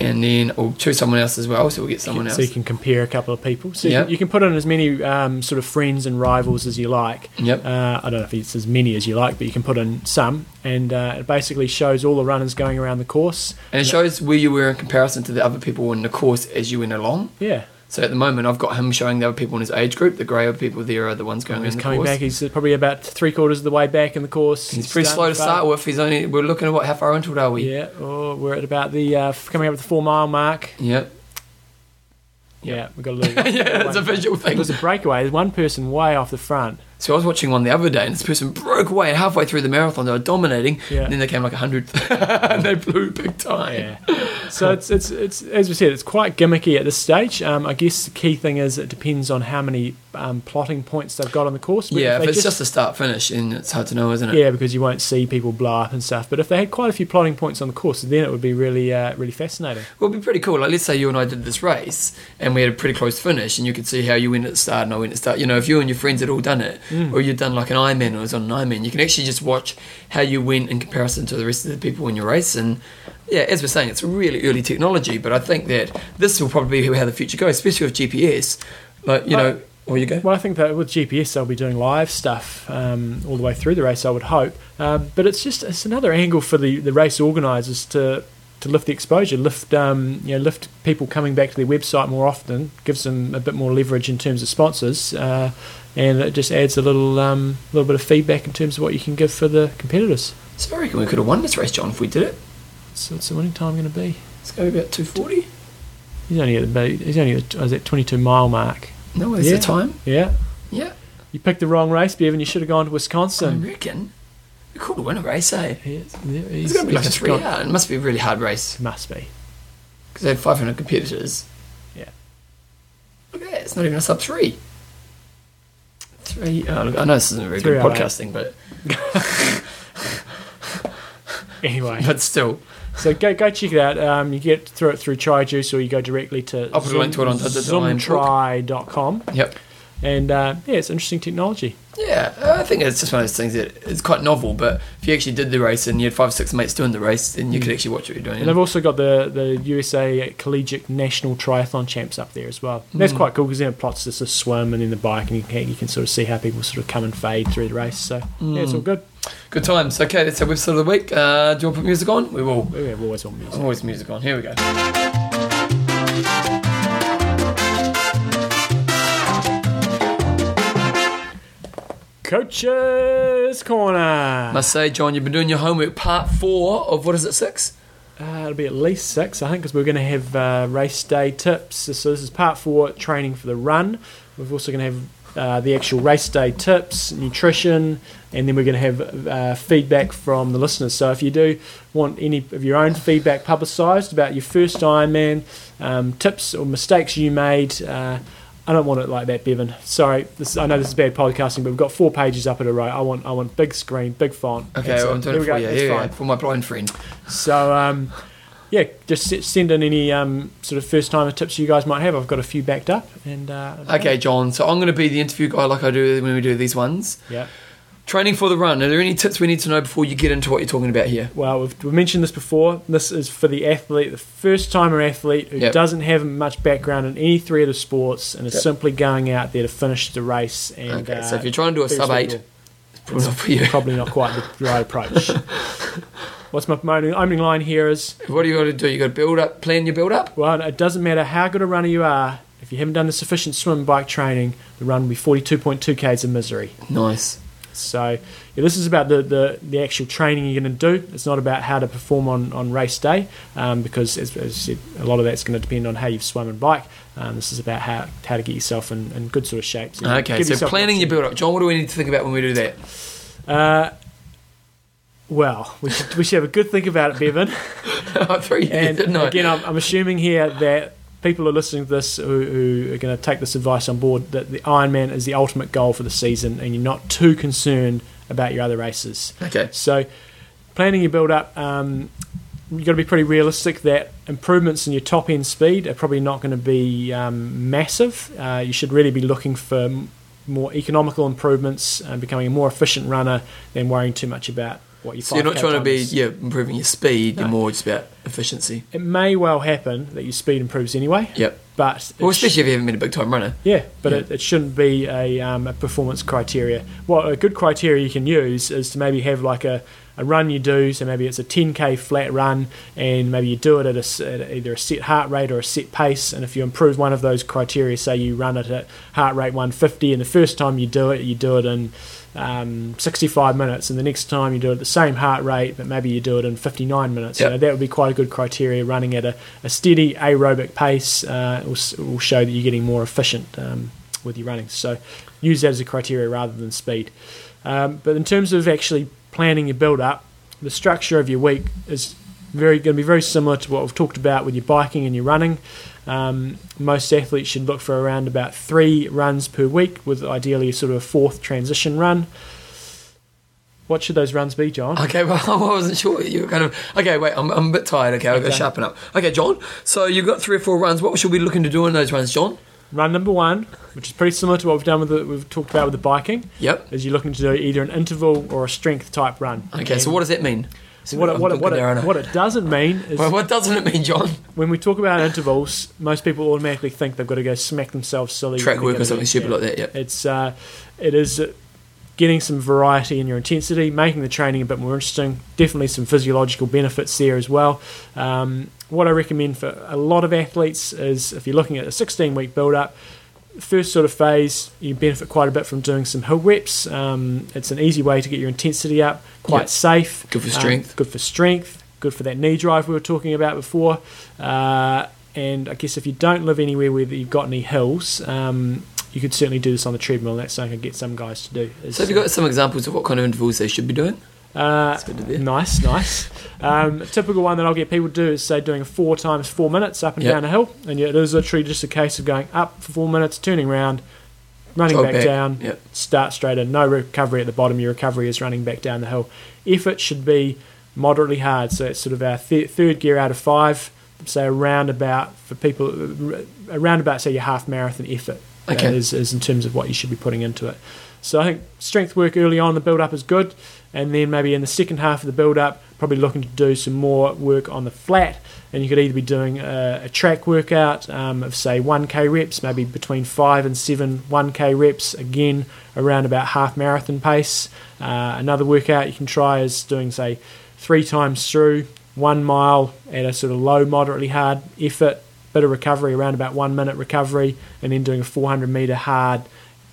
and then I'll choose someone else as well, so we'll get someone else.
So you can compare a couple of people. So
Yeah.
you, can, you can put in as many um, sort of friends and rivals as you like.
Yep.
Uh, I don't know if it's as many as you like, but you can put in some, and uh, it basically shows all the runners going around the course.
and it shows where you were in comparison to the other people in the course as you went along.
Yeah.
So at the moment, I've got him showing the other people in his age group. The greyer people there are the ones going
He's
in the
coming
course.
back. He's probably about three quarters of the way back in the course.
He's pretty slow to start with. He's only we're looking at what how far into it are we?
Yeah. Oh, we're at about the uh, f- coming up at the four mile mark.
Yep.
Yeah, we got a little.
yeah, it's a visual thing.
There's a breakaway. There's one person way off the front.
So I was watching one the other day, and this person broke away, and halfway through the marathon, they were dominating.
Yeah.
And then they came like a hundredth, and they blew big time.
Yeah. So it's, it's it's as we said, it's quite gimmicky at this stage. Um, I guess the key thing is it depends on how many um, plotting points they've got on the course. But
Yeah, if
they
it's just, a start finish, and it's hard to know, isn't it?
yeah, because you won't see people blow up and stuff. But if they had quite a few plotting points on the course, then it would be really uh, really fascinating.
Well, it'd be pretty cool. Like, let's say you and I did this race, and we had a pretty close finish, and you could see how you went at the start and I went at the start. You know, if you and your friends had all done it, or you'd done like an Ironman or was on an Ironman, you can actually just watch how you went in comparison to the rest of the people in your race. And yeah, as we're saying, it's really early technology, but I think that this will probably be how the future goes, especially with GPS. Like you
I-
know, or you go.
Well, I think that with GPS, they'll be doing live stuff um, all the way through the race. I would hope, uh, but it's just it's another angle for the, the race organisers to to lift the exposure, lift um, you know, lift people coming back to their website more often, gives them a bit more leverage in terms of sponsors, uh, and it just adds a little um, little bit of feedback in terms of what you can give for the competitors.
So I reckon we could have won this race, John, if we did it.
So what's the winning time going to be?
It's going to be about two forty.
He's only at about, he's only at, is that twenty two mile mark.
No, that's
Yeah.
the time.
Yeah,
Yeah,
you picked the wrong race, Bevan. You should have gone to Wisconsin.
I reckon we could win a race, eh?
He- he-
It's
he's-
going to be like a
he's
three
got-
hour. It must be a really hard race
Must be.
because they have 500 competitors.
Yeah.
Look at that. It's not even a sub three. Three. Oh, look, I know this isn't a very
Three
good
hour.
podcasting, but
Anyway,
but still,
so go go check it out. Um, you get through it through Try Juice, or you go directly to
I'll put a link to it on the- the- the line book.
zoomtry.com.
yep.
And uh, yeah, it's interesting technology.
Yeah, I think it's just one of those things that it's quite novel. But if you actually did the race and you had five, six mates doing the race, then
Mm.
you could actually watch what you're doing.
And they've also got the, the USA Collegiate National Triathlon Champs up there as well. And
Hmm.
that's quite cool because then it plots just a swim and then the bike, and you can, you can sort of see how people sort of come and fade through the race. So yeah,
Hmm.
it's all good.
Good times. Okay, that's our website of the week. Uh, do you want to put music on? We will.
We have always on music.
Always music on. Here we go.
Coaches Corner.
Must say, John, you've been doing your homework. Part four of what is it? Six.
Uh, it'll be at least six, I think, because we're going to have uh, race day tips. So this is part four, training for the run. We're also going to have uh, the actual race day tips, nutrition, and then we're going to have uh, feedback from the listeners. So if you do want any of your own feedback publicised about your first Ironman, um, tips or mistakes you made. Uh, I don't want it like that, Bevan. Sorry, this, I know this is bad podcasting, but we've got four pages up at a row. I want, I want big screen, big font.
Okay,
That's
well, I'm doing
There
it
we
for
go.
you.
That's
yeah,
fine.
yeah, for my blind friend.
So, um, yeah, just s- send in any um, sort of first timer tips you guys might have. I've got a few backed up. and uh,
Okay, John. So I'm going to be the interview guy, like I do when we do these ones.
Yeah.
Training for the run. Are there any tips we need to know before you get into what you're talking about here?
Well, we've, we mentioned this before. This is for the athlete, the first timer athlete who
Yep.
doesn't have much background in any three of the sports and is
Yep.
simply going out there to finish the race. And,
okay,
uh,
so if you're trying to do a
be
sub eight,
respectable.
it's probably not for you.
probably not quite the right approach. What's my, my opening line here is
What do you got to do? You got to build up, plan your build up.
Well, it doesn't matter how good a runner you are, if you haven't done the sufficient swim bike training, the run will be 42.2 Ks of misery.
Nice.
So yeah, this is about the, the, the actual training you're going to do. It's not about how to perform on, on race day um, because, as, as I said, a lot of that's going to depend on how you've swum and bike. Um, this is about how, how to get yourself in, in good sort of shape. So you
Okay,
give
so
yourself an
planning your
opportunity.
build up. John, what do we need to think about when we do that?
Uh, well, we should, we should have a good think about it, Bevan.
I threw you there,
And
didn't I?
again, I'm, I'm assuming here that people who are listening to this who, who are going to take this advice on board that the Ironman is the ultimate goal for the season, and you're not too concerned about your other races.
Okay.
So, planning your build up, um, you've got to be pretty realistic that improvements in your top end speed are probably not going to be um, massive. Uh, you should really be looking for m- more economical improvements and becoming a more efficient runner than worrying too much about what you
So you're not
5K
trying to
time
be
is.
yeah improving your speed. You're
No.
more just about efficiency.
It may well happen that your speed improves anyway.
Yep.
But
Well,
it sh-
especially if you haven't been a big time runner.
yeah, but
Yeah.
It, it shouldn't be a, um, a performance criteria. What a good criteria you can use is to maybe have like a, a run you do, so maybe it's a 10k flat run, and maybe you do it at, a s at either a set heart rate or a set pace. And if you improve one of those criteria, say you run it at heart rate 150, and the first time you do it, you do it in um, 65 minutes, and the next time you do it at the same heart rate, but maybe you do it in 59 minutes.
Yep.
You know, that would be quite a good criteria. Running at a, a steady aerobic pace uh, will, s- will show that you're getting more efficient um, with your running. So use that as a criteria rather than speed. Um, but in terms of actually planning your build up, the structure of your week is very going to be very similar to what we've talked about with your biking and your running. Um, most athletes should look for around about three runs per week, with ideally sort of a fourth transition run. What should those runs be, John?
Okay, well, I wasn't sure. You were kind of okay. Wait, I'm, I'm a bit tired. Okay, I've got to
Okay.
sharpen up. Okay, John. So you got three or four runs. What should we be looking to do in those runs, John?
Run number one, which is pretty similar to what we've done with the, we've talked about with the biking,
Yep.
is you're looking to do either an interval or a strength type run.
Okay, so
And
what does that mean? So
what, it,
I'm
what, it, what,
good there,
it,
aren't I?
what it doesn't mean is
Well, what doesn't it mean, John?
when we talk about intervals, most people automatically think they've got to go smack themselves silly.
Track
when they
work or
go to
something
the
stupid
gym.
like that, yeah.
It's uh, it is uh, getting some variety in your intensity, making the training a bit more interesting. Definitely some physiological benefits there as well. Um, what I recommend for a lot of athletes is if you're looking at a 16 week build up. First sort of phase, you benefit quite a bit from doing some hill reps. Um, it's an easy way to get your intensity up, quite
Yeah.
safe.
Good for
Um,
strength.
good for strength. Good for that knee drive we were talking about before. Uh, and I guess if you don't live anywhere where you've got any hills, um, you could certainly do this on the treadmill. And that's something I get some guys to do. is,
So have you got some examples of what kind of intervals they should be doing?
uh,
That's good to be.
nice, nice. Um, a typical one that I'll get people to do is say doing four times four minutes up and
Yep.
down a hill, and yet it is literally just a case of going up for four minutes, turning around, running
Jog
back,
back,
down,
yep.
start straight in, no recovery at the bottom. Your recovery is running back down the hill. Effort should be moderately hard, so it's sort of our th- third gear out of five. Say around about for people r- around about say your half marathon effort
Okay.
uh, is, is in terms of what you should be putting into it. So I think strength work early on in the build up is good, and then maybe in the second half of the build up, probably looking to do some more work on the flat. And you could either be doing a, a track workout um, of say 1k reps, maybe between five and seven 1k reps, again around about half marathon pace. Uh, another workout you can try is doing say three times through one mile at a sort of low, moderately hard effort, bit of recovery around about one minute recovery, and then doing a 400 meter hard,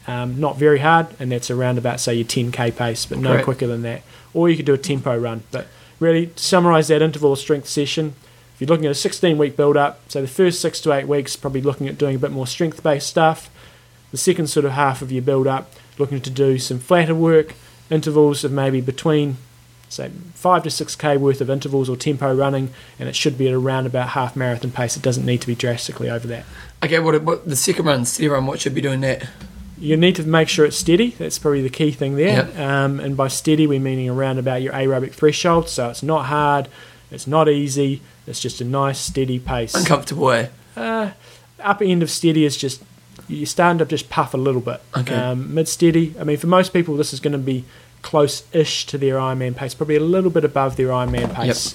um, not very hard, and that's around about say your 10k pace, but no
Correct.
quicker than that. Or you could do a tempo run. But really, to summarize that interval strength session. If you're looking at a 16 week build up, so the first six to eight weeks, probably looking at doing a bit more strength based stuff. The second sort of half of your build up, looking to do some flatter work, intervals of maybe between so five to six k worth of intervals or tempo running, and it should be at around about half marathon pace. It doesn't need to be drastically over that.
Okay, what, what the second run, steady run, what should be doing that?
You need to make sure it's steady. That's probably the key thing there.
Yep.
Um, and by steady, we're meaning around about your aerobic threshold. So it's not hard, it's not easy. It's just a nice steady pace.
Uncomfortable eh? way.
Uh, upper end of steady is just you're starting to just puff a little bit.
Okay.
Um, Mid steady, I mean, for most people, this is going to be close-ish to their Ironman pace, probably a little bit above their Ironman pace.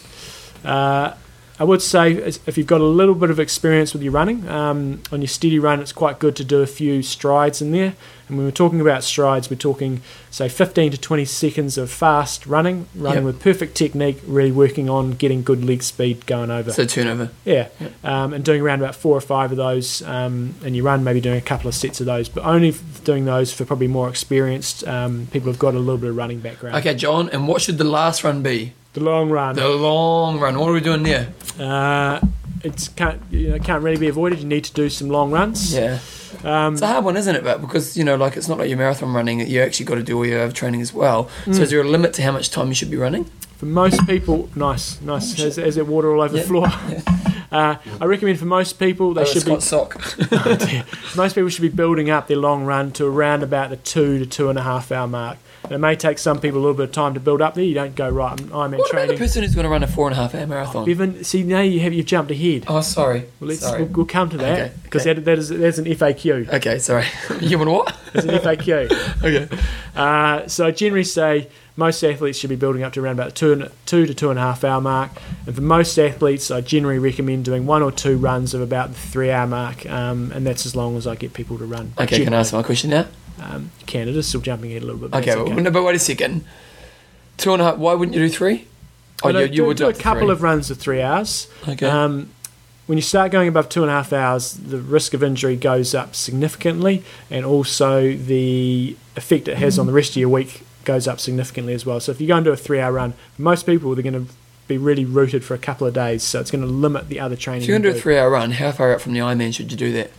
Uh, I would say is- if you've got a little bit of experience with your running, um, on your steady run, it's quite good to do a few strides in there. And when we're talking about strides, we're talking say 15 to 20 seconds of fast running,
Yep.
running with perfect technique, really working on getting good leg speed going over.
So turnover.
Yeah, um, and doing around about four or five of those, um, and you run maybe doing a couple of sets of those, but only f- doing those for probably more experienced um, people who've got a little bit of running background.
Okay, John, and what should the last run be?
The long run,
The long run. What are we doing there?
uh, it's can't you know, can't really be avoided. You need to do some long runs.
Yeah.
Um,
It's a hard one, isn't it? But because, you know, like it's not like your marathon running, that you actually got to do all your training as well.
Hmm.
So is there a limit to how much time you should be running?
for most people, nice, nice. Has, has that water all over the
Yeah.
floor? Uh, I recommend for most people they
Oh,
should be
Scott Sock.
most people should be building up their long run to around about the two to two and a half hour mark. And it may take some people a little bit of time to build up there. You don't go right. I'm, I'm in
What about the
training.
person who's going to run a four and a half hour marathon?
Bevan, see now you have you've jumped ahead.
Oh, sorry.
Well, let's,
sorry.
we'll, we'll come to
Okay,
that because
okay.
that, that is that's an FAQ.
Okay, sorry. you want what?
It's an FAQ.
Okay.
Uh, so I generally say most athletes should be building up to around about the two and, two to two and a half hour mark. And for most athletes, I generally recommend doing one or two runs of about the three hour mark, um, and that's as long as I get people to run.
Okay, can I ask my question now?
Um, Canada's still jumping ahead a little bit. but
Okay,
that's
well, no, but wait a second. Two and a half. Why wouldn't you do three? Oh,
Well,
you,
do,
you would
do a
up to
couple
three.
of runs of three hours.
Okay.
Um, when you start going above two and a half hours, the risk of injury goes up significantly, and also the effect it has on the rest of your week goes up significantly as well. So if you go into a three-hour run, most people they're going to be really rooted for a couple of days, so it's going to limit the other training.
if you're going to
you
do a
do.
three hour run, how far out from the Ironman should you do that?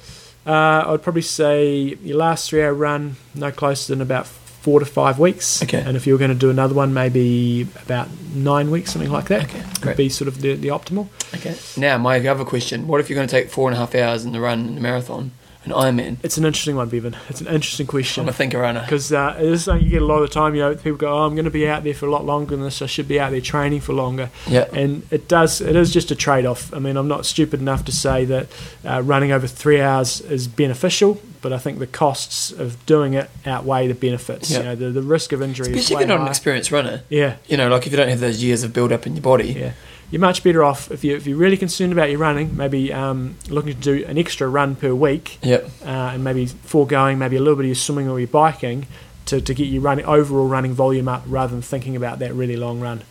Uh, I would probably say your last three hour run, no closer than about four to five weeks.
Okay.
And if you were going to do another one, maybe about nine weeks, something like that.
Okay,
Would
great.
be sort of the, the optimal.
Okay. Now, my other question what if you're going to take four and a half hours in the run in the marathon, an Ironman?
It's an interesting one, Bevan. It's an interesting
I'm a
question.
thinker runner.
Because uh, it is something you get a lot of time, you know, people go, oh, I'm going to be out there for a lot longer than this. I should be out there training for longer.
Yeah.
and it does it is just a trade-off i mean i'm not stupid enough to say that uh, running over three hours is beneficial but I think the costs of doing it outweigh the benefits. You
Yeah.
know, the, the risk of injury
Especially if
is way
you're not an
higher.
experienced runner.
yeah,
You know, like if you don't have those years of build up in your body.
yeah. You're much better off if you if you're really concerned about your running. Maybe um, looking to do an extra run per week,
Yep.
uh, and maybe foregoing maybe a little bit of your swimming or your biking to, to get your running overall running volume up rather than thinking about that really long run.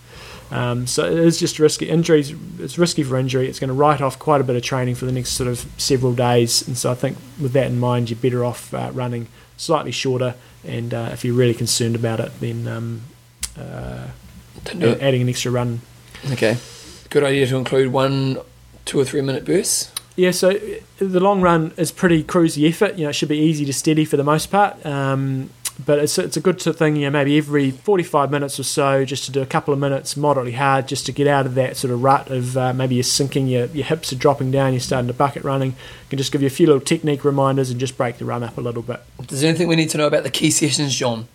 Um, so it is just risky. Injuries, it's risky for injury. It's going to write off quite a bit of training for the next sort of several days. And so I think with that in mind, you're better off uh, running slightly shorter. And uh, if you're really concerned about it, then um, uh,
Don't do
a-
it.
adding an extra run
Okay. Good idea to include one, two or three minute bursts.
Yeah, so uh, the long run is pretty cruisy effort. You know, it should be easy to steady for the most part. Um, but it's, it's a good sort of thing, you know, maybe every 45 minutes or so, just to do a couple of minutes moderately hard, just to get out of that sort of rut of uh, maybe you're sinking, your, your hips are dropping down, you're starting to bucket running. Can just give you a few little technique reminders and just break the run up a little bit.
Does there anything we need to know about the key sessions, John?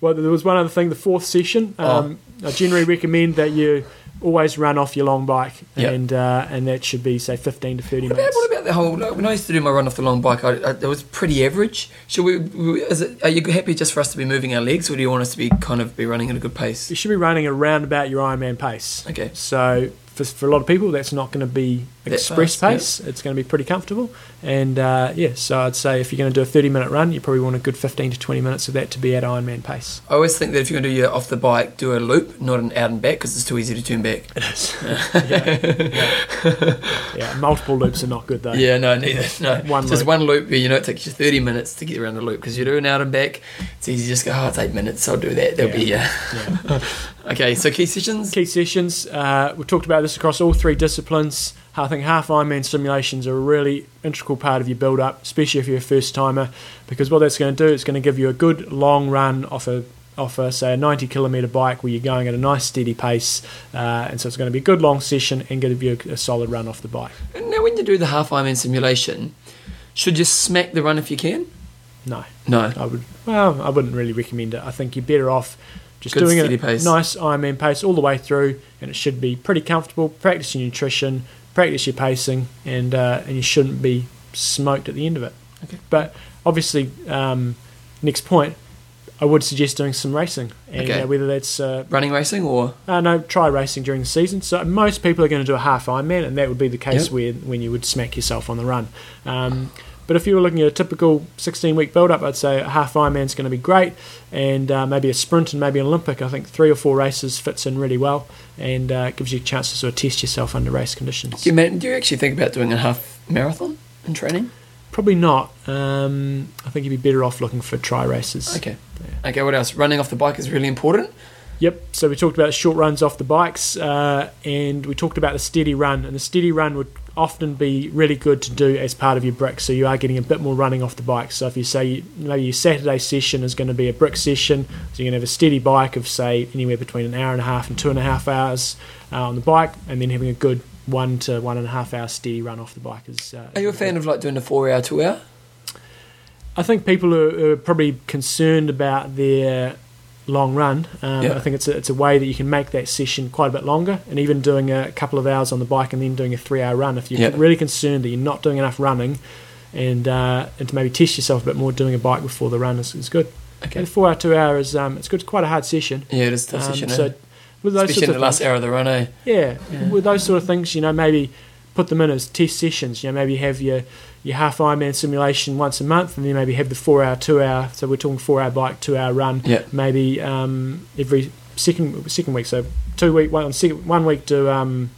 Well, there was one other thing. The fourth session, um, I generally recommend that you always run off your long bike,
Yep.
and uh, and that should be say 15 to 30
What about,
minutes.
what about the whole? Like, when I used to do my run off the long bike, I, I, it was pretty average. Should we? we- Is it, are you happy just for us to be moving our legs, or do you want us to be kind of be running at a good pace?
You should be running around about your Ironman pace.
Okay.
So for, for a lot of people, that's not going to be
That
express
fast,
pace. It's going to be pretty comfortable. And uh, yeah, so I'd say if you're going to do a 30 minute run, you probably want a good 15 to 20 minutes of that to be at Ironman pace.
I always think that if you're going to do your off the bike, do a loop, not an out and back, because it's too easy to turn back.
It is. yeah. Yeah. Yeah. Multiple loops are not good though.
Yeah, no, neither. No,
One
just
loop.
one loop. You know, it takes you 30 minutes to get around the loop because you do an out and back. It's easy. to Just go. Oh, it's eight minutes. I'll do that. That'll
Yeah.
be. Uh, okay. So key sessions.
Key sessions. Uh, we talked about this across all three disciplines. I think half Ironman simulations are a really integral part of your build up, especially if you're a first timer, because what that's going to do is going to give you a good long run off a off a say a 90 kilometer bike where you're going at a nice steady pace, uh, and so it's going to be a good long session and give you a, a solid run off the bike.
And now, when you do the half Ironman simulation, should you smack the run if you can?
No,
No.
I would. Well, I wouldn't really recommend it. I think you're better off just
Good
doing it
steady
at
pace.
nice Ironman pace all the way through, and it should be pretty comfortable. Practice your nutrition, practice your pacing, and uh, and you shouldn't be smoked at the end of it.
Okay.
But obviously, um, next point, I would suggest doing some racing, and
Okay.
uh, whether that's uh,
Running racing or
uh, no, try racing during the season. So most people are going to do a half Ironman, and that would be the case
Yep.
where when you would smack yourself on the run. Um, but if you were looking at a typical 16 week build up, I'd say a half Ironman's going to be great, and uh, maybe a sprint and maybe an Olympic. I think three or four races fits in really well, and uh, gives you a chance to sort of test yourself under race conditions.
Do you, man, do you actually think about doing a half marathon in training?
Probably not. Um, I think you'd be better off looking for tri races.
Okay. Okay, what else? Running off the bike is really important.
Yep. So we talked about short runs off the bikes, uh, and we talked about the steady run. And the steady run would often be really good to do as part of your brick, so you are getting a bit more running off the bike. So if you say you, maybe your Saturday session is going to be a brick session, so you're going to have a steady bike of say anywhere between an hour and a half and two and a half hours uh, on the bike, and then having a good one to one and a half hour steady run off the bike is. Uh,
Are you a fan of like doing a four hour, two hour?
I think people are, are probably concerned about their long run. Um,
Yeah.
I think it's a, it's a way that you can make that session quite a bit longer, and even doing a couple of hours on the bike and then doing a three hour run. If you're
Yeah.
really concerned that you're not doing enough running, and uh, and to maybe test yourself a bit more, doing a bike before the run is, is good.
Okay.
And four hour, two hour is um, it's good, quite a hard session.
Yeah, it is a tough
Um,
session. eh?
so with those
Especially in
sorts
the
of
last
things-
hour of the run, eh?
yeah.
Yeah.
with those sort of things, you know, maybe put them in as test sessions. You know, maybe have your your half Ironman simulation once a month, and then maybe have the four hour, two hour. So we're talking four hour bike, two hour run.
Yeah.
Maybe um, every second second week. So two week one on second, one week do um,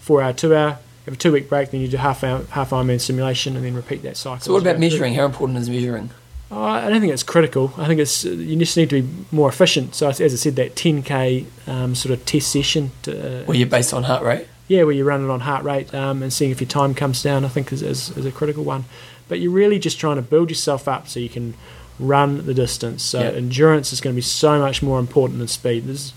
four hour, two hour. Have a two week break, then you do half hour half Ironman simulation, and then repeat that cycle.
So, what
as
about
well.
measuring? How important is measuring?
Uh, I don't think it's critical. I think it's you just need to be more efficient. So as as I said, that 10k um, sort of test session. To, uh,
Well, you're based on heart rate.
yeah, where you run it on heart rate um, and seeing if your time comes down, I think is, is, is a critical one. But you're really just trying to build yourself up so you can run the distance. So
Yeah.
endurance is going to be so much more important than speed. This,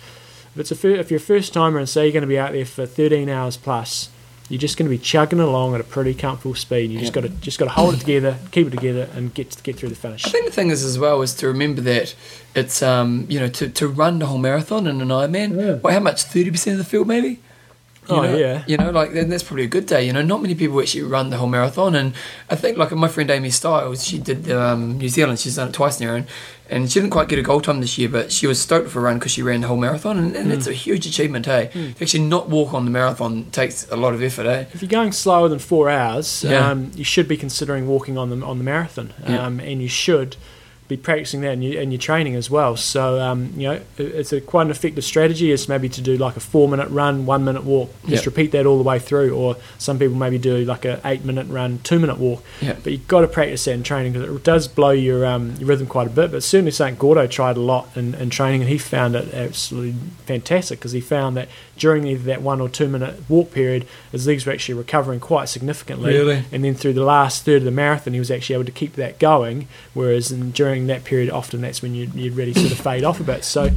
if, it's a fir- if you're a first timer and say you're going to be out there for 13 hours plus, you're just going to be chugging along at a pretty comfortable speed. You just
Yeah.
got to just got to hold it together, keep it together, and get get through the finish.
I think the thing is as well is to remember that it's um you know to, to run the whole marathon and an Ironman.
Yeah.
What? How much? Thirty percent of the field, maybe. You
Oh,
know,
yeah.
You know, like then that's probably a good day. You know, not many people actually run the whole marathon, and I think like my friend Amy Stiles, she did the um, New Zealand. She's done it twice now, and, and she didn't quite get a goal time this year, but she was stoked for a run because she ran the whole marathon, and, and
Hmm.
it's a huge achievement. Hey, to actually not walk on the marathon takes a lot of effort. Eh?
If you're going slower than four hours,
Yeah.
um, you should be considering walking on the on the marathon,
Yeah.
um, and you should be practicing that in your, in your training as well. So um, you know it- it's a quite an effective strategy. Is maybe to do like a four minute run, one minute walk, just
Yeah.
repeat that all the way through. Or some people maybe do like a eight minute run, two minute walk.
Yeah.
But you've got to practice that in training because it does blow your, um, your rhythm quite a bit. But certainly St. Gordo tried a lot in, in training and he found it absolutely fantastic because he found that during either that one or two minute walk period, his legs were actually recovering quite significantly.
Really?
And then through the last third of the marathon, he was actually able to keep that going. Whereas in, during that period, often that's when you'd, you'd really sort of fade off a bit. So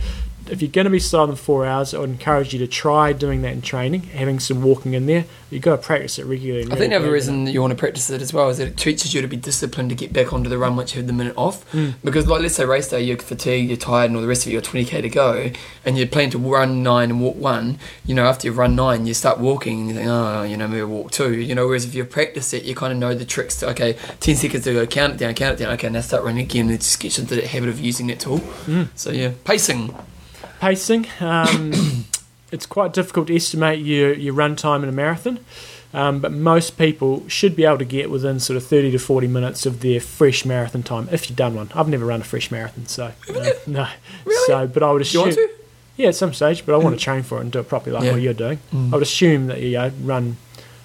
if you're going to be slower than four hours, I would encourage you to try doing that in training, having some walking in there. You've got to practice it regularly. and
I think
really
the other
build it up.
reason that you want to practice it as well is that it teaches you to be disciplined to get back onto the run once you have the minute off. Because, like, let's say race day, you're fatigued, you're tired, and all the rest of it, you're 20k to go, and you plan to run nine and walk one. You know, after you've run nine, you start walking, and you think, oh, you know, maybe I'll walk two. You know, whereas if you practice it, you kind of know the tricks to, okay, 10 seconds to go, count it down, count it down, okay, now start running again. It just gets you into that habit of using that tool. So, yeah, pacing.
pacing. Um, it's quite difficult to estimate your, your run time in a marathon, um, but most people should be able to get within sort of 30 to 40 minutes of their fresh marathon time if you've done one. I've never run a fresh marathon, so uh, no.
Really?
So, but I would
Do you
assume.
want to?
Yeah, at some stage, but I want to train for it and do it properly like
Mm. Yeah. Mm.
what you're doing. I would assume that you know, run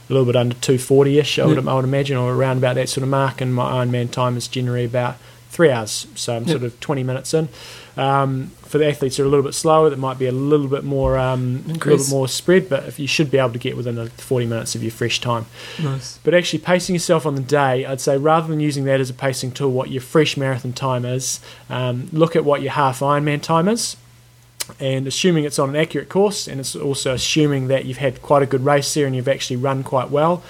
a little bit under 240 ish, I, would I would imagine, or around about that sort of mark. And my Ironman time is generally about three hours, so I'm sort of 20 minutes in. Um, for the athletes who are a little bit slower, that might be a little bit more, um, a little
Increase.
bit more spread, but if you should be able to get within the 40 minutes of your fresh time.
Nice.
But actually, pacing yourself on the day, I'd say rather than using that as a pacing tool, what your fresh marathon time is, um, look at what your half Ironman time is. And assuming it's on an accurate course, and it's also assuming that you've had quite a good race there and you've actually run quite well,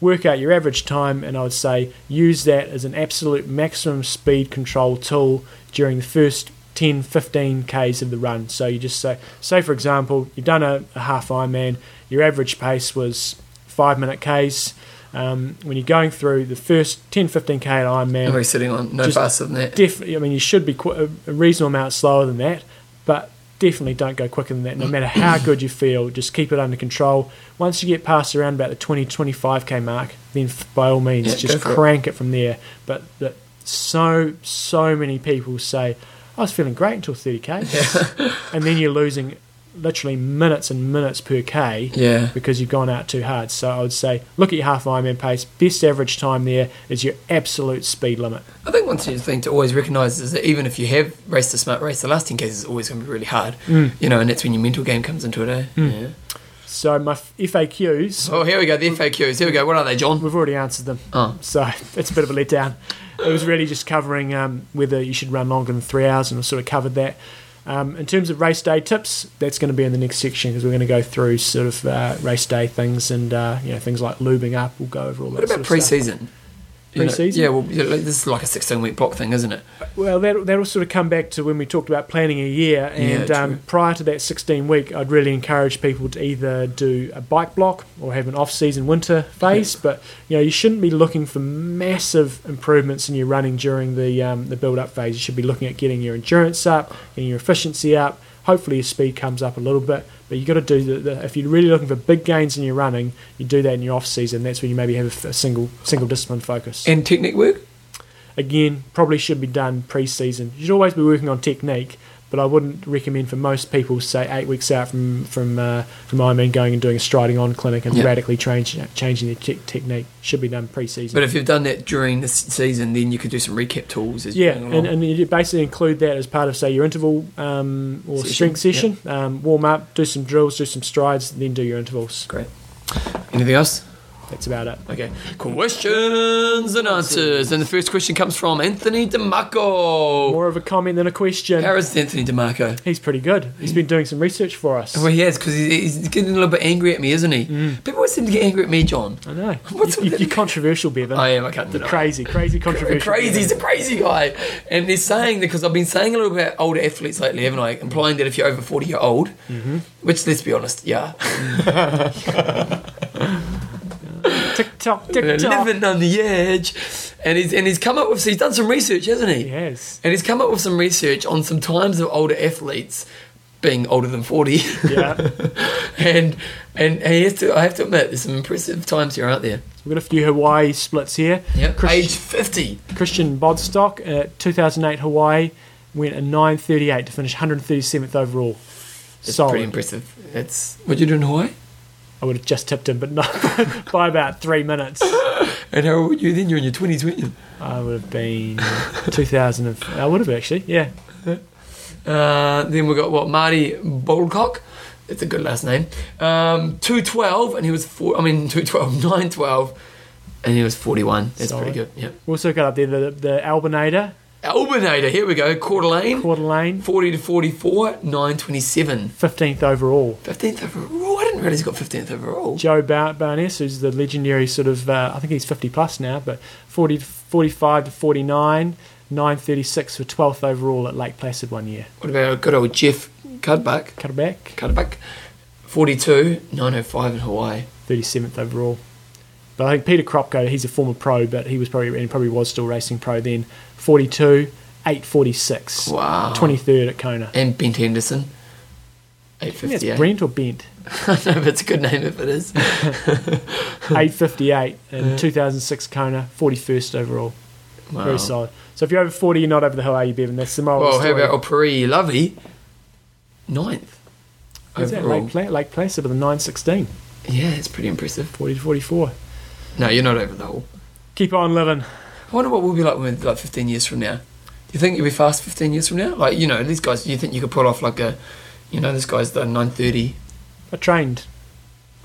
work out your average time. And I would say use that as an absolute maximum speed control tool during the first 10 15 k's of the run. So you just say, say for example, you've done a, a half Ironman, your average pace was five minute k's. Um, when you're going through the first 10 15 k at Ironman,
Are we sitting on no
Just
faster than that?
definitely. I mean, you should be qu- a a reasonable amount slower than that, but definitely don't go quicker than that. No matter how good you feel, just keep it under control. Once you get past around about the 20, 25 k mark, then f- by all means,
Yeah, go
just
for it.
crank it. from there. But, but so so many people say, "I was feeling great until thirty k," and then you're losing literally minutes and minutes per k
Yeah.
because you've gone out too hard. So I would say look at your half Ironman pace. Best average time there is your absolute speed limit.
I think one thing to always recognise is that even if you have raced a smart race, the last 10 cases is always going to be really hard.
Mm.
You know, and that's when your mental game comes into it, eh? Yeah.
So my f- FAQs,
Oh, here we go, the FAQs. Here we go. What are they, John?
we've already answered them.
Oh.
So it's a bit of a letdown. It was really just covering um, whether you should run longer than three hours, and we sort of covered that. Um, in terms of race day tips, that's going to be in the next section because we're going to go through sort of uh, race day things and uh, you know things like lubing up. We'll go over all that.
What
sort
about
of
pre
stuff.
season?
Pre-season?
Yeah, well, you know, like, this is like a 16 week block thing, isn't it?
Well, that'll, that'll sort of come back to when we talked about planning a year. And
Yeah, true.
um, prior to that 16 week, I'd really encourage people to either do a bike block or have an off season winter phase. But you know, you shouldn't be looking for massive improvements in your running during the um, the build up phase. You should be looking at getting your endurance up, getting your efficiency up. Hopefully, your speed comes up a little bit. But you got to do the, the if you're really looking for big gains in your running, you do that in your off season. That's when you maybe have a f- a, single single discipline focus
And technique work?
again, probably should be done pre-season. You should always be working on technique, but I wouldn't recommend for most people, say eight weeks out from from uh, from Ironman, going and doing a striding on clinic and
Yeah.
radically change, changing their te- technique. Should be done pre-season.
But if you've done that during the s- season, then you could do some recap tools as you
yeah,
go
and,
along.
and you basically include that as part of, say, your interval um, or
Session,
strength session. Um, warm up, do some drills, do some strides, then do your intervals.
Great. Anything else?
That's about it.
Okay. Questions and answers. And the first question comes from Anthony DeMarco.
More of a comment than a question.
How is Anthony DeMarco?
He's pretty good. He's been doing some research for us.
Well, he is, because he's getting a little bit angry at me, isn't he? People always seem to get angry at me, John.
I know.
What's
you,
with
are
that?
controversial, Bevan.
I am, I can't
You're
deny it.
crazy, crazy controversial.
crazy. He's
Bevan.
a crazy guy, and they're saying because I've been saying a little bit about older athletes lately, haven't I? Implying that if you're over forty, you're old. Which, let's be honest, yeah.
Tick tock, tick tock.
Living on the edge, and he's and he's come up with. So he's done some research, hasn't he?
Yes.
And he's come up with some research on some times of older athletes being older than forty.
Yeah.
and and he has to. I have to admit, there's some impressive times here, aren't there?
We've got a few Hawaii splits here.
Yeah.
Chris-
Age fifty.
Christian Bodstock, uh, 2008 Hawaii, went a 9.38 to finish 137th overall.
That's
Solid.
pretty impressive. That's what you do in Hawaii.
I would have just tipped him, but no, by about three minutes.
And how old were you then? You're in your twenties, weren't you?
I would have been 2000. And, I would have actually, yeah.
Uh, then we got what Marty Bolcock. That's a good last name. Um, two twelve, and he was four. I mean, two twelve, nine twelve, and he was forty one. That's
Solid.
pretty good. Yeah.
We also got up there the, the Albinator,
Albinator. Here we go. Coeur d'Alene,
Quarter Lane,
forty to forty four, nine twenty seven.
15th overall.
Fifteenth overall. I didn't realize he got fifteenth overall.
Joe Bar- Barnes, who's the legendary sort of, uh, I think he's 50 plus now, but 40, 45 to 49, 936 for 12th overall at Lake Placid one year.
What about good old Jeff Cudbuck?
Cut it back.
Cudbuck, forty two, nine oh five in Hawaii.
37th overall. But I think Peter Kropko, he's a former pro, but he was probably and he probably was still racing pro then. 42, 846,
Wow.
23rd at Kona.
And Bent Henderson, eight
I think that's
fifty eight.
Brent or Bent.
I don't know if it's a good name if it is.
858 in 2006 Kona, 41st overall.
Wow.
Very solid. So if you're over 40, you're not over the hill, are you, Bevan? That's the moral
Well,
of the
how
story.
about Opuri Lovey? Ninth.
Who's that?
overall.
Lake, Pla- Lake Placid with a 916,
Yeah, it's pretty impressive.
40 to 44.
No, you're not over the whole.
Keep on living.
I wonder what we'll be like when we're like 15 years from now. Do you think you'll be fast 15 years from now? Like, you know, these guys, do you think you could pull off like a, you know, this guy's done 930?
I trained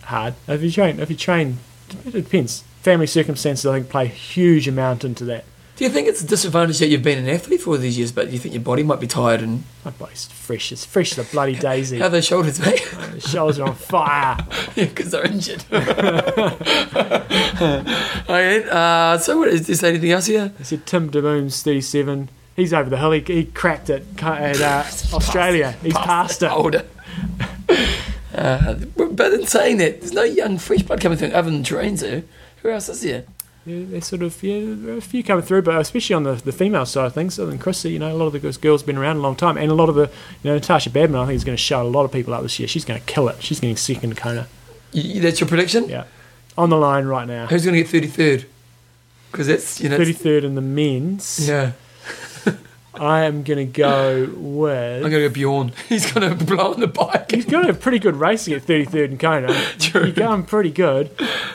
hard. If you train, if you train, it depends. Family circumstances, I think, play a huge amount into that.
Do you think it's a disadvantage that you've been an athlete for all these years, but do you think your body might be tired and
My body's fresh as fresh as a bloody daisy.
how are those shoulders, mate?
The shoulders are on fire.
Because they're injured. all right. Uh, so, what is this? Anything else here?
I said Tim DeMoon's 37. He's over the hill. He, he cracked it ca- at uh, Australia. He's past it.
older. uh, but in saying that, there's no young fresh blood coming through other than Terenzo. Who else is there?
Yeah, there's sort of yeah, there are a few coming through, but especially on the, the female side of things. Other than Chrissy, you know, a lot of the girls- girls been around a long time, and a lot of the you know Natasha Badman, I think is going to show a lot of people up this year. She's going to kill it. She's getting second Kona.
You, you- that's your prediction.
Yeah, on the line right now.
Who's going to get thirty third? Because that's you know.
Thirty
it's-
third in the men's.
Yeah,
I am going to go
I'm
with.
going to go Bjorn. He's going to blow on the bike.
He's got a pretty good race to get thirty third in Kona.
True.
You're going pretty good.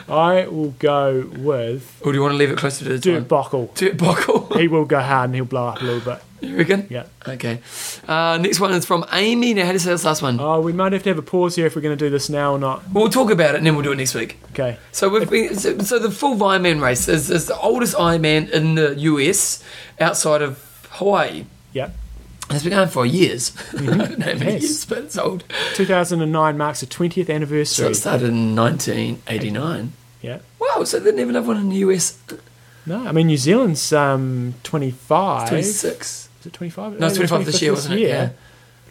I will go with
Or do you want to leave it closer to the
Dirt
time?
Bockle.
Dirt buckle.
He will go hard and he'll blow up a little bit.
you reckon?
Yeah.
Okay. Uh, next one is from Amy. Now, how do you say this last one?
Oh, we might have to have a pause here if we're going to do this now or not.
We'll talk about it and then we'll do it next week.
Okay.
So we've been, so, so the full Ironman race is, is the oldest Ironman in the US outside of Hawaii.
Yep.
It's been going for years. I don't know how many
Mm-hmm. Yes.
years, but it's old.
2009 marks the 20th
So
anniversary.
it started in 1989.
yeah.
Wow, so they never have one in the US.
No, I mean New Zealand's um 25.
26.
Is it 25?
No, it's
Yeah,
25 this year, wasn't it? Yeah. Oh.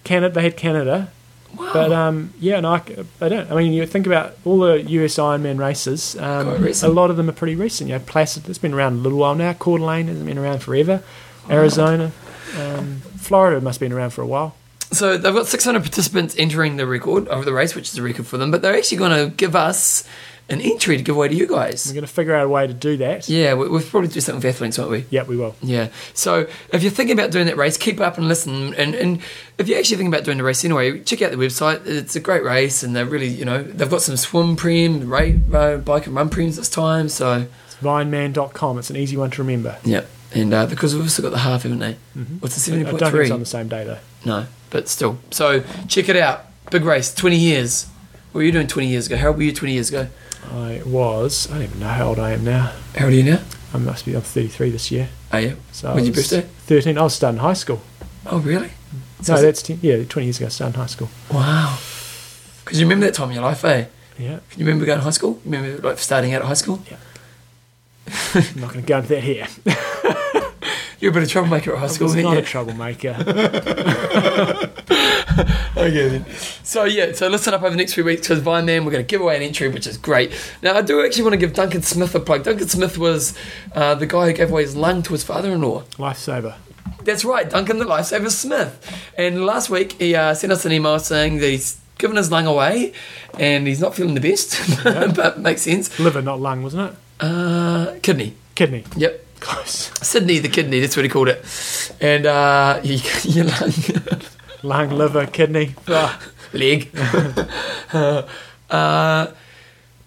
Canada. They had Canada,
Wow.
but um yeah, and I, c- I don't. I mean, you think about all the US Ironman races.
Quite
Um, a
recent.
lot of them are pretty recent. You know, Placid. It's been around a little while now. Coeur d'Alene hasn't been around forever.
Oh.
Arizona, um, Florida must have been around for a while.
so they've got 600 participants entering the record of the race, which is a record for them, but they're actually going to give us an entry to give away to you
We're
guys.
going to figure out a way to do that.
Yeah, we, we'll probably do something with athletes, won't we?
Yeah, we will.
Yeah. So if you're thinking about doing that race, keep up and listen. And, and if you're actually thinking about doing the race anyway, check out the website. It's a great race, and they're really, you know, they've got some swim prem, rate, uh, bike and run prems this time. So
It's vineman.com. It's an easy one to remember.
yeah, and uh, because we've also got the half, haven't they? What's the
Mm-hmm. I
seventy
don't
point
think it's
three?
on the same day though.
No, but still. So check it out. Big race, twenty years. What were you doing 20 years ago? How old were you 20 years ago?
I was. I don't even know how old I am now.
How old are you now?
I must be. I'm 33 this year.
Oh, yeah.
So I
When's your
was
birthday?
13. I was starting high school.
Oh, really? So
Mm. No,
is it-
that's 10, yeah, 20 years ago. I started high school.
Wow. Because you remember that time in your life, eh?
Yeah.
Can you remember going to high school? Remember like starting out at high school?
I'm not going to go into that here.
You're a bit of troublemaker at high
I
school,
was
weren't
not
you?
a troublemaker.
Okay then. So yeah, so listen up over the next few weeks because by then we're going to give away an entry, which is great. Now I do actually want to give Duncan Smith a plug. Duncan Smith was uh, the guy who gave away his lung to his father-in-law.
Lifesaver.
That's right, Duncan the Lifesaver Smith. And last week he uh, sent us an email saying that he's given his lung away and he's not feeling the best, but makes sense.
Liver, not lung, wasn't it?
Uh, kidney.
Kidney.
Yep.
Close.
Sydney the kidney. That's what he called it. And uh, your, your lung.
Lung, liver, kidney. Ah,
leg. uh, but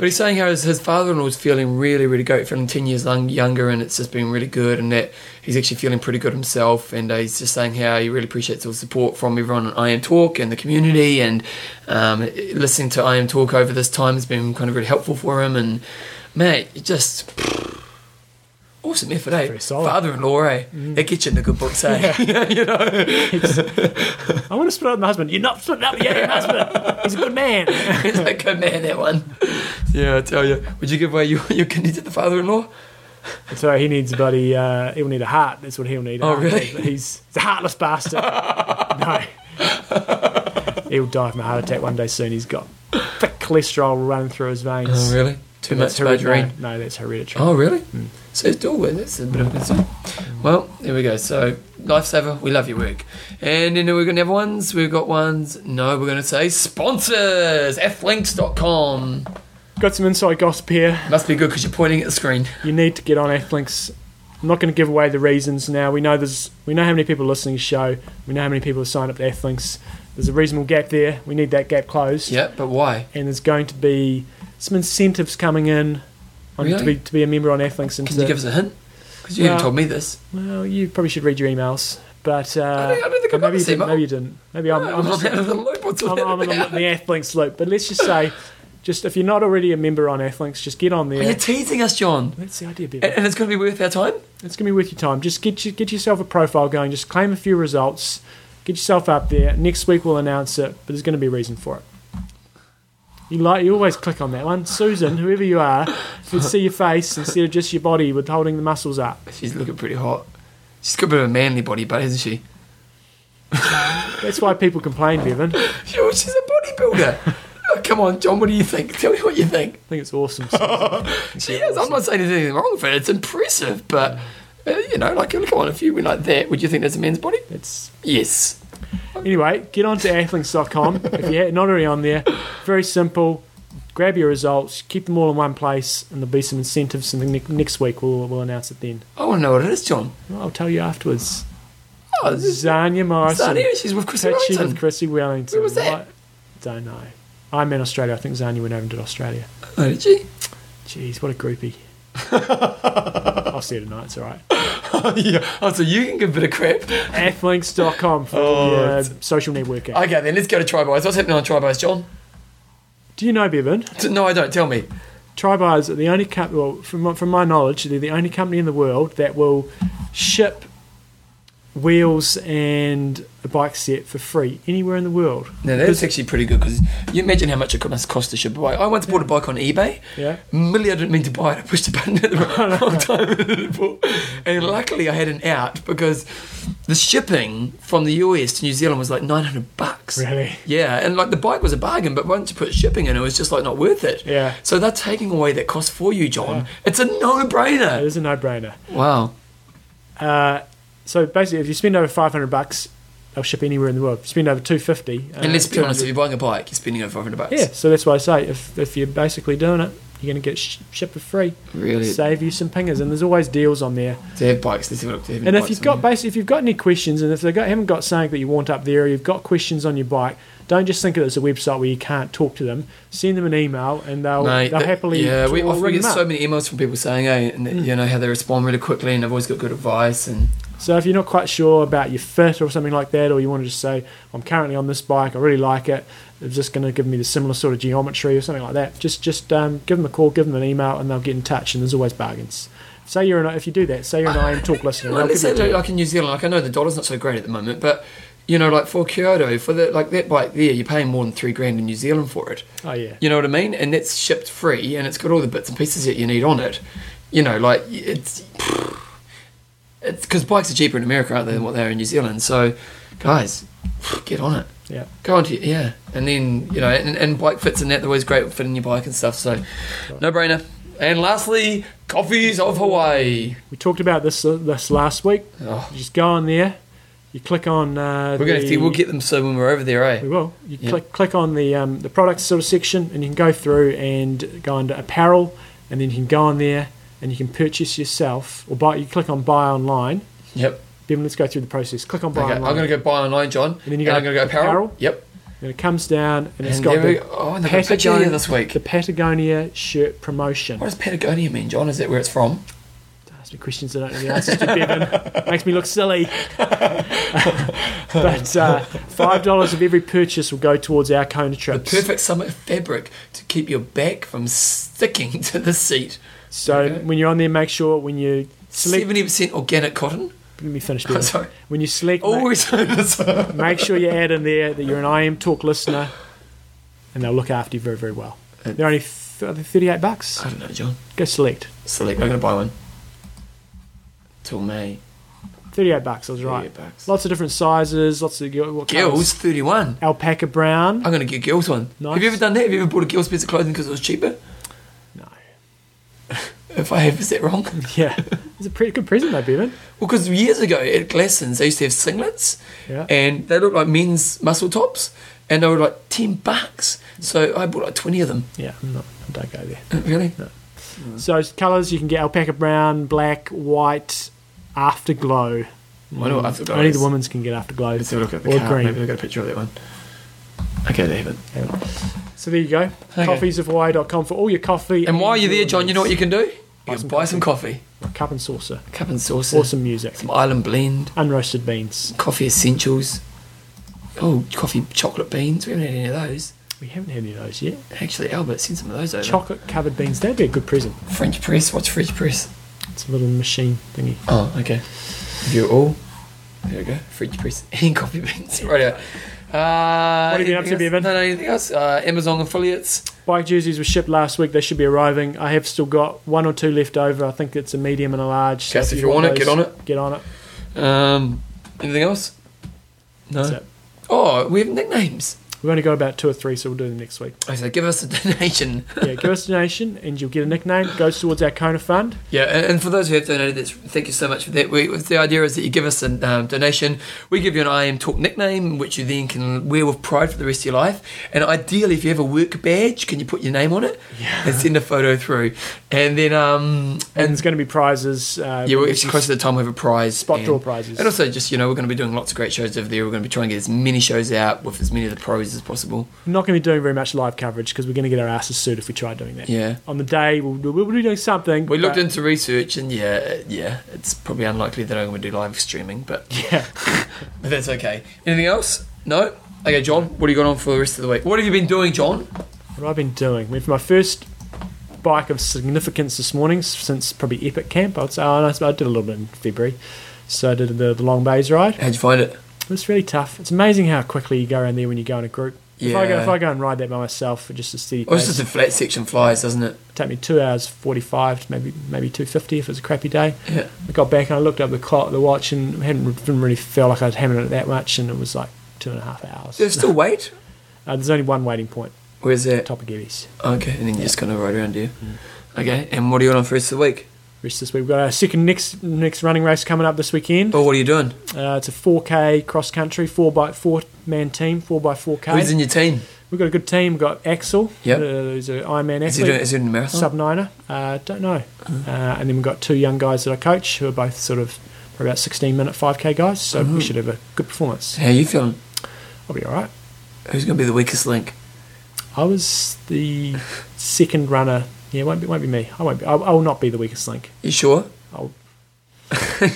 he's saying how his, his father-in-law is feeling really, really great, feeling ten years young, younger, and it's just been really good, and that he's actually feeling pretty good himself. And uh, he's just saying how he really appreciates all the support from everyone on I Am Talk and the community, and um, listening to I Am Talk over this time has been kind of really helpful for him. And mate, it just. Awesome effort, eh?
Very solid.
Father-in-law, eh? It gets you in the good books, eh? you know,
I want to split up with my husband. You're not splitting up with your own husband. He's a good man.
it's like a man that one. Yeah, I tell you. Would you give away your, your kidney to the father-in-law?
So he needs a bloody, uh, he'll need a heart. That's what he'll need. a
Oh,
heart.
really?
He's, he's a heartless bastard. no. He'll die from a heart attack one day soon. He's got thick cholesterol running through his veins.
Oh, really? Too much
That's hereditary.
margarine.
No, that's hereditary.
Oh, really? Mm. So it's dual win. That's a bit of a concern. Well, there we go. So, Lifesaver, we love your work. And then we're going to have ones. We've got ones. No, we're going to say sponsors. Flinks.com.
Got some inside gossip here.
Must be good because you're pointing at the screen.
You need to get on Athlinks. I'm not going to give away the reasons now. We know there's, we know how many people are listening to the show. We know how many people have signed up to Athlinks. There's a reasonable gap there. We need that gap closed.
Yeah, but why?
and there's going to be some incentives coming in on to,
Really?
be, to be a member on Athlinks. And
Can
to,
you give us a hint? Because you haven't
Well-
told me this.
well, you probably should read your emails, but uh,
don't- I don't think I
but
got
maybe you
this
didn't.
email.
Maybe you didn't. Maybe I'm,
No,
I'm,
I'm
just,
not out of the loop. What's all
I'm,
that
I'm in the,
about?
the Athlinks loop. But let's just say, just if you're not already a member on Athlinks, just get on
You're
there.
teasing us, John.
That's the idea,
And,
Bevan.
and it's going to be worth our time?
It's gonna be worth your time. Just get you, get yourself a profile going. Just claim a few results. Get yourself up there. Next week we'll announce it, but there's gonna be a reason for it. You like you always click on that one, Susan, whoever you are, would see your face instead of just your body with holding the muscles up.
She's looking pretty hot. She's got a bit of a manly body, but isn't she?
That's why people complain, Bevan. I
Yo, oh, she's a bodybuilder. Oh, Come on, John, what do you think? Tell me what you think.
think it's awesome.
She is. I'm not saying there's anything wrong with it. It's impressive, but, uh, you know, like, look, come on, if you went like that, would you think that's a man's body?
It's
Yes.
Anyway, get on to athlinks.com if you're not already on there. Very simple. Grab your results, keep them all in one place, and there'll be some incentives. And then ne- next week we'll, we'll announce it then.
I want to know what it is, John.
I'll tell you afterwards.
Oh, this is
Zania Morrison.
Sarnia. She's with Chris
Patchy
Wellington.
with Chrissy Wellington.
Where was that?
What? Don't know. I'm in Australia. I think Zania went over and did Australia.
Oh, did she?
Jeez, what a groupie. I'll see you tonight. It's all right.
yeah. Oh, so you can give a bit of crap.
Athlinks.com for
Oh,
your
it's-
social networking.
Okay, then let's go to Tribars. What's happening on Tribars, John?
Do you know, Bevan?
No, I don't. Tell me.
Tribars are the only company, well, from, my- from my knowledge, they're the only company in the world that will ship wheels and a bike set for free anywhere in the world.
No, that's actually pretty good because you imagine how much it must cost to ship a bike. I once bought a bike on eBay.
Yeah.
Millie, I didn't mean to buy it. I pushed the button at the wrong wrong time. and it bought. and luckily, I had an out because the shipping from the US to New Zealand was like 900 bucks.
Really?
Yeah, and like the bike was a bargain, but once you put shipping in, it was just like not worth it.
Yeah.
So they're taking away that cost for you, John. It's a no brainer.
It is a no-brainer.
Wow.
Uh, so basically, if you spend over 500 bucks, they'll ship anywhere in the world. If you spend over 250... Uh,
And let's be honest, if
200
you're buying a bike, you're spending over 500 bucks.
Yeah, so that's why I say, if, if you're basically doing it, you're going to get sh- shipped for free.
Really?
Save you some pingers. And there's always deals on there.
To have bikes, let's have a look. To have any
And if
bikes
you've
on
got
here.
basically, if you've got any questions, and if they got, haven't got something that you want up there, or you've got questions on your bike, don't just think of it as a website where you can't talk to them. Send them an email, and they'll,
Mate,
they'll
that-
happily
yeah. We
draw
often
them
get
up. Mm.
so many emails from people saying, "Hey, and, that, you know how they respond really quickly, and they've always got good advice." And
So if you're not quite sure about your fit or something like that, or you want to just say, I'm currently on this bike, I really like it, is this going to give me the similar sort of geometry or something like that? Just just um, give them a call, give them an email, and they'll get in touch. And there's always bargains. Say you're an if you do that, say you're an I am talk listener.
Like,
they'll
let's
give you
say
a deal.
like, like in New Zealand, like I know the dollar's not so great at the moment, but you know, like for Kyoto, for the like that bike there, you're paying more than three grand in New Zealand for it.
Oh yeah.
You know what I mean? And that's shipped free, and it's got all the bits and pieces that you need on it. You know, like it's it's because bikes are cheaper in America, aren't they, than what they are in New Zealand? So, guys, get on it.
Yeah.
Go on to your, yeah, and then you know, and, and bike fits in that. They're always great for fitting your bike and stuff. So, no brainer. And lastly, coffees of Hawaii.
We talked about this uh, this last week.
Oh.
You just go on there, you click on. Uh,
We're gonna have
the-
to, we'll get them so when we're over there, eh?
We will. You
Yeah.
click click on the um, the products sort of section, and you can go through and go under apparel, and then you can go on there and you can purchase yourself or buy. You click on buy online.
Yep.
Then let's go through the process. Click on buy
Okay, I'm
online.
gonna go buy online, John.
And then you go
I'm gonna go apparel.
apparel.
Yep.
And it comes down and it's
And
got
there we
the
go. Oh, and they've got a picture here this week.
the Patagonia shirt promotion.
What does Patagonia mean, John? Is that where it's from?
Ask me questions I don't know the answers to, Bevan. Makes me look silly. but uh, five dollars of every purchase will go towards our Kona
The
trips.
perfect summer fabric to keep your back from sticking to the seat.
So
Okay.
when you're on there, make sure when you select.
Seventy percent organic cotton.
Let me finish.
Oh,
Bevan.
sorry.
When you select, make,
Always. oh,
make sure you add in there that you're an I am talk listener, and they'll look after you very very well. They're only th- are they 38 bucks.
I don't know, John.
Go select.
Select. I'm gonna buy one. Till May.
38 bucks. I was right.
38 bucks.
Lots of different sizes. Lots of
Girls,
what colours?
thirty-one.
Alpaca brown.
I'm gonna get a girls one.
Nice.
Have you ever done that? Have you ever bought a girls piece of clothing because it was cheaper?
No.
If I have, is that wrong?
Yeah. It's a pretty good present though, Bevan.
Well, because years ago at Glassons, they used to have singlets,
Yeah.
and they looked like men's muscle tops, and they were like ten bucks. So I bought like twenty of them.
Yeah. I'm not, I don't go there.
Really? Mm.
So colours you can get alpaca brown, black, white, afterglow.
I know what afterglow
Only
is.
the women's can get afterglow.
Let's have a look at the
or
card.
green.
Maybe I got a picture of that one. Okay, they haven't.
So there you go.
Okay.
Coffeesofhawaii.com for all your coffee.
And while you're there, John, you know what you can do? You
Buy
can
some
buy some coffee,
Cup and saucer.
cup and saucer,
Awesome music.
some island blend,
Unroasted beans.
coffee essentials. Oh, coffee chocolate beans. We haven't had any of those.
We haven't had any of those yet.
Actually, Albert sent some of those over.
Chocolate covered beans. That'd be a good present.
French press. What's French press?
It's a little machine thingy.
Oh, okay. View all. There we go. Fridge press and coffee beans. Right out. Uh,
What have you been up
anything
to,
else?
Bevan?
No, no, anything else? Uh, Amazon affiliates.
Bike jerseys were shipped last week. They should be arriving. I have still got one or two left over. I think it's a medium and a large.
Okay, so if you want it, get on it.
Get on it.
Um, anything else? No.
That's it.
Oh, we have nicknames.
We've only got about two or three, so we'll do them next week.
I said, give us a donation.
Yeah, give us a donation and you'll get a nickname. Goes towards our Kona fund.
Yeah, and, and for those who have donated, that's, thank you so much for that. We, the idea is that you give us a um, donation, we give you an I Am Talk nickname, which you then can wear with pride for the rest of your life. And ideally, if you have a work badge, can you put your name on it
Yeah.
and send a photo through? And then, um,
And there's going to be prizes. Uh,
Yeah, well, it's close to the time we have a prize.
Spot
and-
draw prizes.
And also, just, you know, we're going to be doing lots of great shows over there. We're going to be trying to get as many shows out with as many of the pros as possible.
We're not going to be doing very much live coverage because we're going to get our asses sued if we try doing that.
Yeah.
On the day, we'll, do- we'll be doing something.
We looked
but-
into research, and yeah, uh, yeah, it's probably unlikely that I'm going to do live streaming, but,
Yeah.
but that's okay. Anything else? No? Okay, John, what have you got on for the rest of the week? What have you been doing, John?
What I've been doing. I mean, for my first bike of significance this morning, s- since probably Epic Camp, I would say, oh, no, I did a little bit in February. So I did the, the Long Bays ride.
How'd you find it?
It was really tough. It's amazing how quickly you go around there when you go in a group. If I go,
Yeah.
if I go and ride that by myself for just a steady
Oh, it's
pace,
just a flat section flies, doesn't it?
it'd take me two hours forty five, maybe maybe two fifty if it was a crappy day.
Yeah.
I got back and I looked up the clock, the watch, and hadn't didn't really feel like I'd hammered it that much, and it was like two and a half hours.
There's still wait?
Uh, there's only one waiting point,
Where's that?
top of Gebbie's.
Okay, and then you just kind of ride around, do you? Okay, and what are you on for the rest of the week?
Rest this week. We've got our second next next running race coming up this weekend.
Oh, what are you doing?
Uh, it's a 4K cross country, four by four man team, four by four K.
Who's in your team?
We've got a good team. We've got Axel,
Yep.
uh, who's an Ironman athlete.
Is Uh-huh. he doing, is he doing a marathon?
sub niner. Uh, don't know. Uh, and then we've got two young guys that I coach who are both sort of probably about 16 minute 5k guys. So
Uh-huh.
we should have a good performance.
How you feeling?
I'll be all right.
Who's going to be the weakest link?
I was the second runner. Yeah, it won't be won't be me. I won't be. I, I will not be the weakest link.
You sure?
I'll No,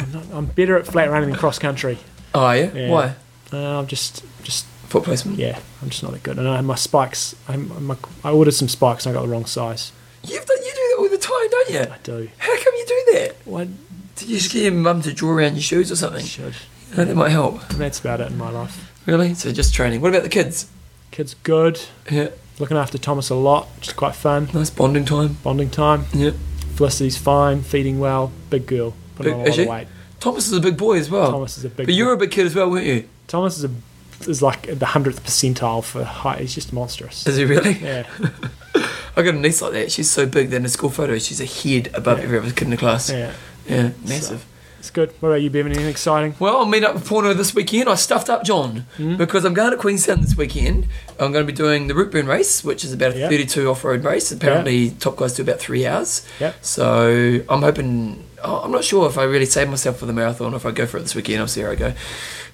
I'm, not, I'm better at flat running than cross country.
Oh, yeah?
Yeah.
Why?
Uh, I'm just, just
Foot placement.
yeah, I'm just not that good. And I, my spikes, I, my, I ordered some spikes and I got the wrong size.
You've done, you do that all the time, don't you?
I do.
How come you do that?
What
Do you just get your mum to draw around your shoes or something?
should?
You know, that might help.
And that's about it in my life.
Really? So just training. What about the kids?
Kid's good.
Yeah,
Looking after Thomas a lot, which is quite fun.
nice bonding time.
Bonding time.
Yeah.
Felicity's fine, feeding well, big girl. Put on a
Big-
lot
is
of
she?
weight.
Thomas is a big boy as well.
Thomas is a big.
but you were a big kid as well, weren't you?
Thomas is a is like the hundredth percentile for height. He's just monstrous.
Is he really?
Yeah,
I got a niece like that. She's so big that in a school photo, she's a head above
Yeah.
every other kid in the class. Yeah,
yeah,
massive.
it's good. What about you, Bevan? Anything exciting?
Well, I'll meet up with Porno this weekend. I stuffed up John
Hmm?
because I'm going to Queenstown this weekend. I'm going to be doing the Rootburn race, which is about a
Yeah.
32 off road race. Apparently, top guys do about three hours.
Yep.
So I'm hoping. oh, I'm not sure if I really save myself for the marathon or if I go for it this weekend. I'll see how I go.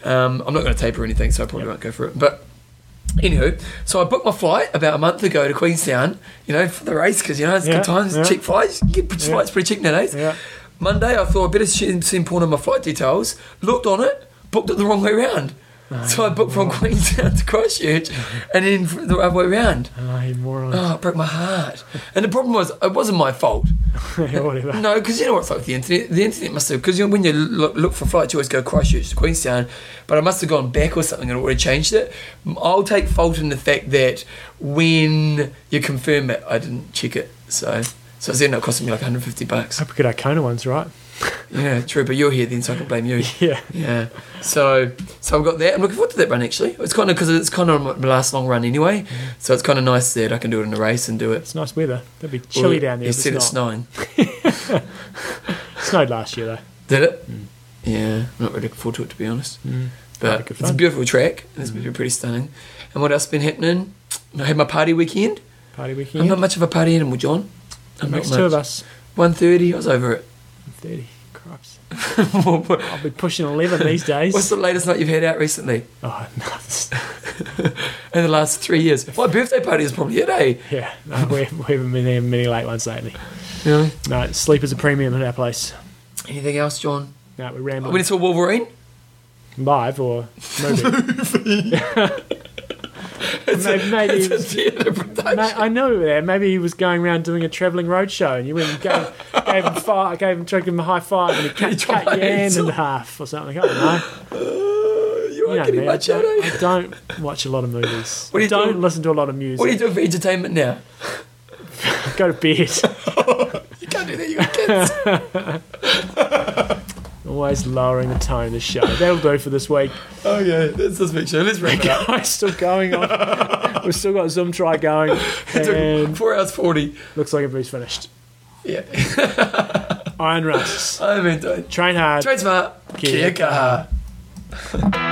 Um, I'm not going to taper anything, so I probably
Yep.
won't go for it. But anywho, so I booked my flight about a month ago to Queenstown, you know, for the race because, you know, it's
Yeah,
good times,
yeah.
cheap flights. You get
Yeah.
flights pretty cheap nowadays.
Yeah.
Monday, I thought I better send, send porn on my flight details. Looked on it, booked it the wrong way round.
Oh,
so I booked from Queenstown to Christchurch, and then from the other way round.
Ah, you moron.
Oh, it broke my heart. And the problem was, it wasn't my fault.
Yeah, Whatever.
No, because you know what it's like with the internet. The internet must have because you know, when you look, look for flights, you always go Christchurch to Queenstown, but I must have gone back or something and already changed it. I'll take fault in the fact that when you confirm it, I didn't check it. So, so it's ended up costing me like 150 bucks.
Hope we get our Kona ones right.
Yeah, true. But you're here then, so I can blame you.
Yeah.
Yeah. So, so I've got that. I'm looking forward to that run actually. It's kind of because it's kind of my last long run anyway,
Mm-hmm.
so it's kind of nice that I can do it in a race and do it.
It's nice weather. It'll be chilly
Well,
down there.
You
if
said it's
it's not.
snowing.
Snowed last year though.
Did it? Mm. Yeah, not really looking forward to it to be honest.
That'd
But
be good
it's a
fun.
beautiful track. and It's been pretty stunning. And what else been happening? I had my party weekend.
Party
I'm
weekend.
not much of a party animal, John. I'm
Makes
not
two of
much.
us.
1.30, I was over it.
Thirty. Cripes.
What's
I'll be pushing eleven these days.
the latest night you've had out recently
oh no.
in the last three years? My birthday party is probably it, eh?
Yeah, no, we, we haven't been having many late ones lately.
Yeah.
No, sleep is a premium in our place.
Anything else, John?
No, we're
I
rambling.
went and saw Wolverine.
live or movie. maybe, maybe he
It's a
was,
theatre
ma-
production.
I know that. Maybe he was going around doing a travelling roadshow, and you went and gave, gave him fire, gave him, gave him a high five, and he
He
cut,
tried.
cut your hand in half or something. I don't know.
Uh, you
You
aren't
know
getting
me, I,
much out,
don't,
eh?
I don't watch a lot of movies.
What do you
I don't
do?
listen to a lot of music.
What are you doing for entertainment now?
Go to bed.
You can't do that, you got kids.
Always lowering the tone of the show. That'll do for this week.
okay, let's just make sure. Let's wrap it up.
It's still going on. We've still got Zoom try going,
It took
and
four hours forty.
looks like everybody's finished.
Yeah,
Iron Rusts.
I'm in.
Train hard.
Trade smart.
Kia
Kia kaha.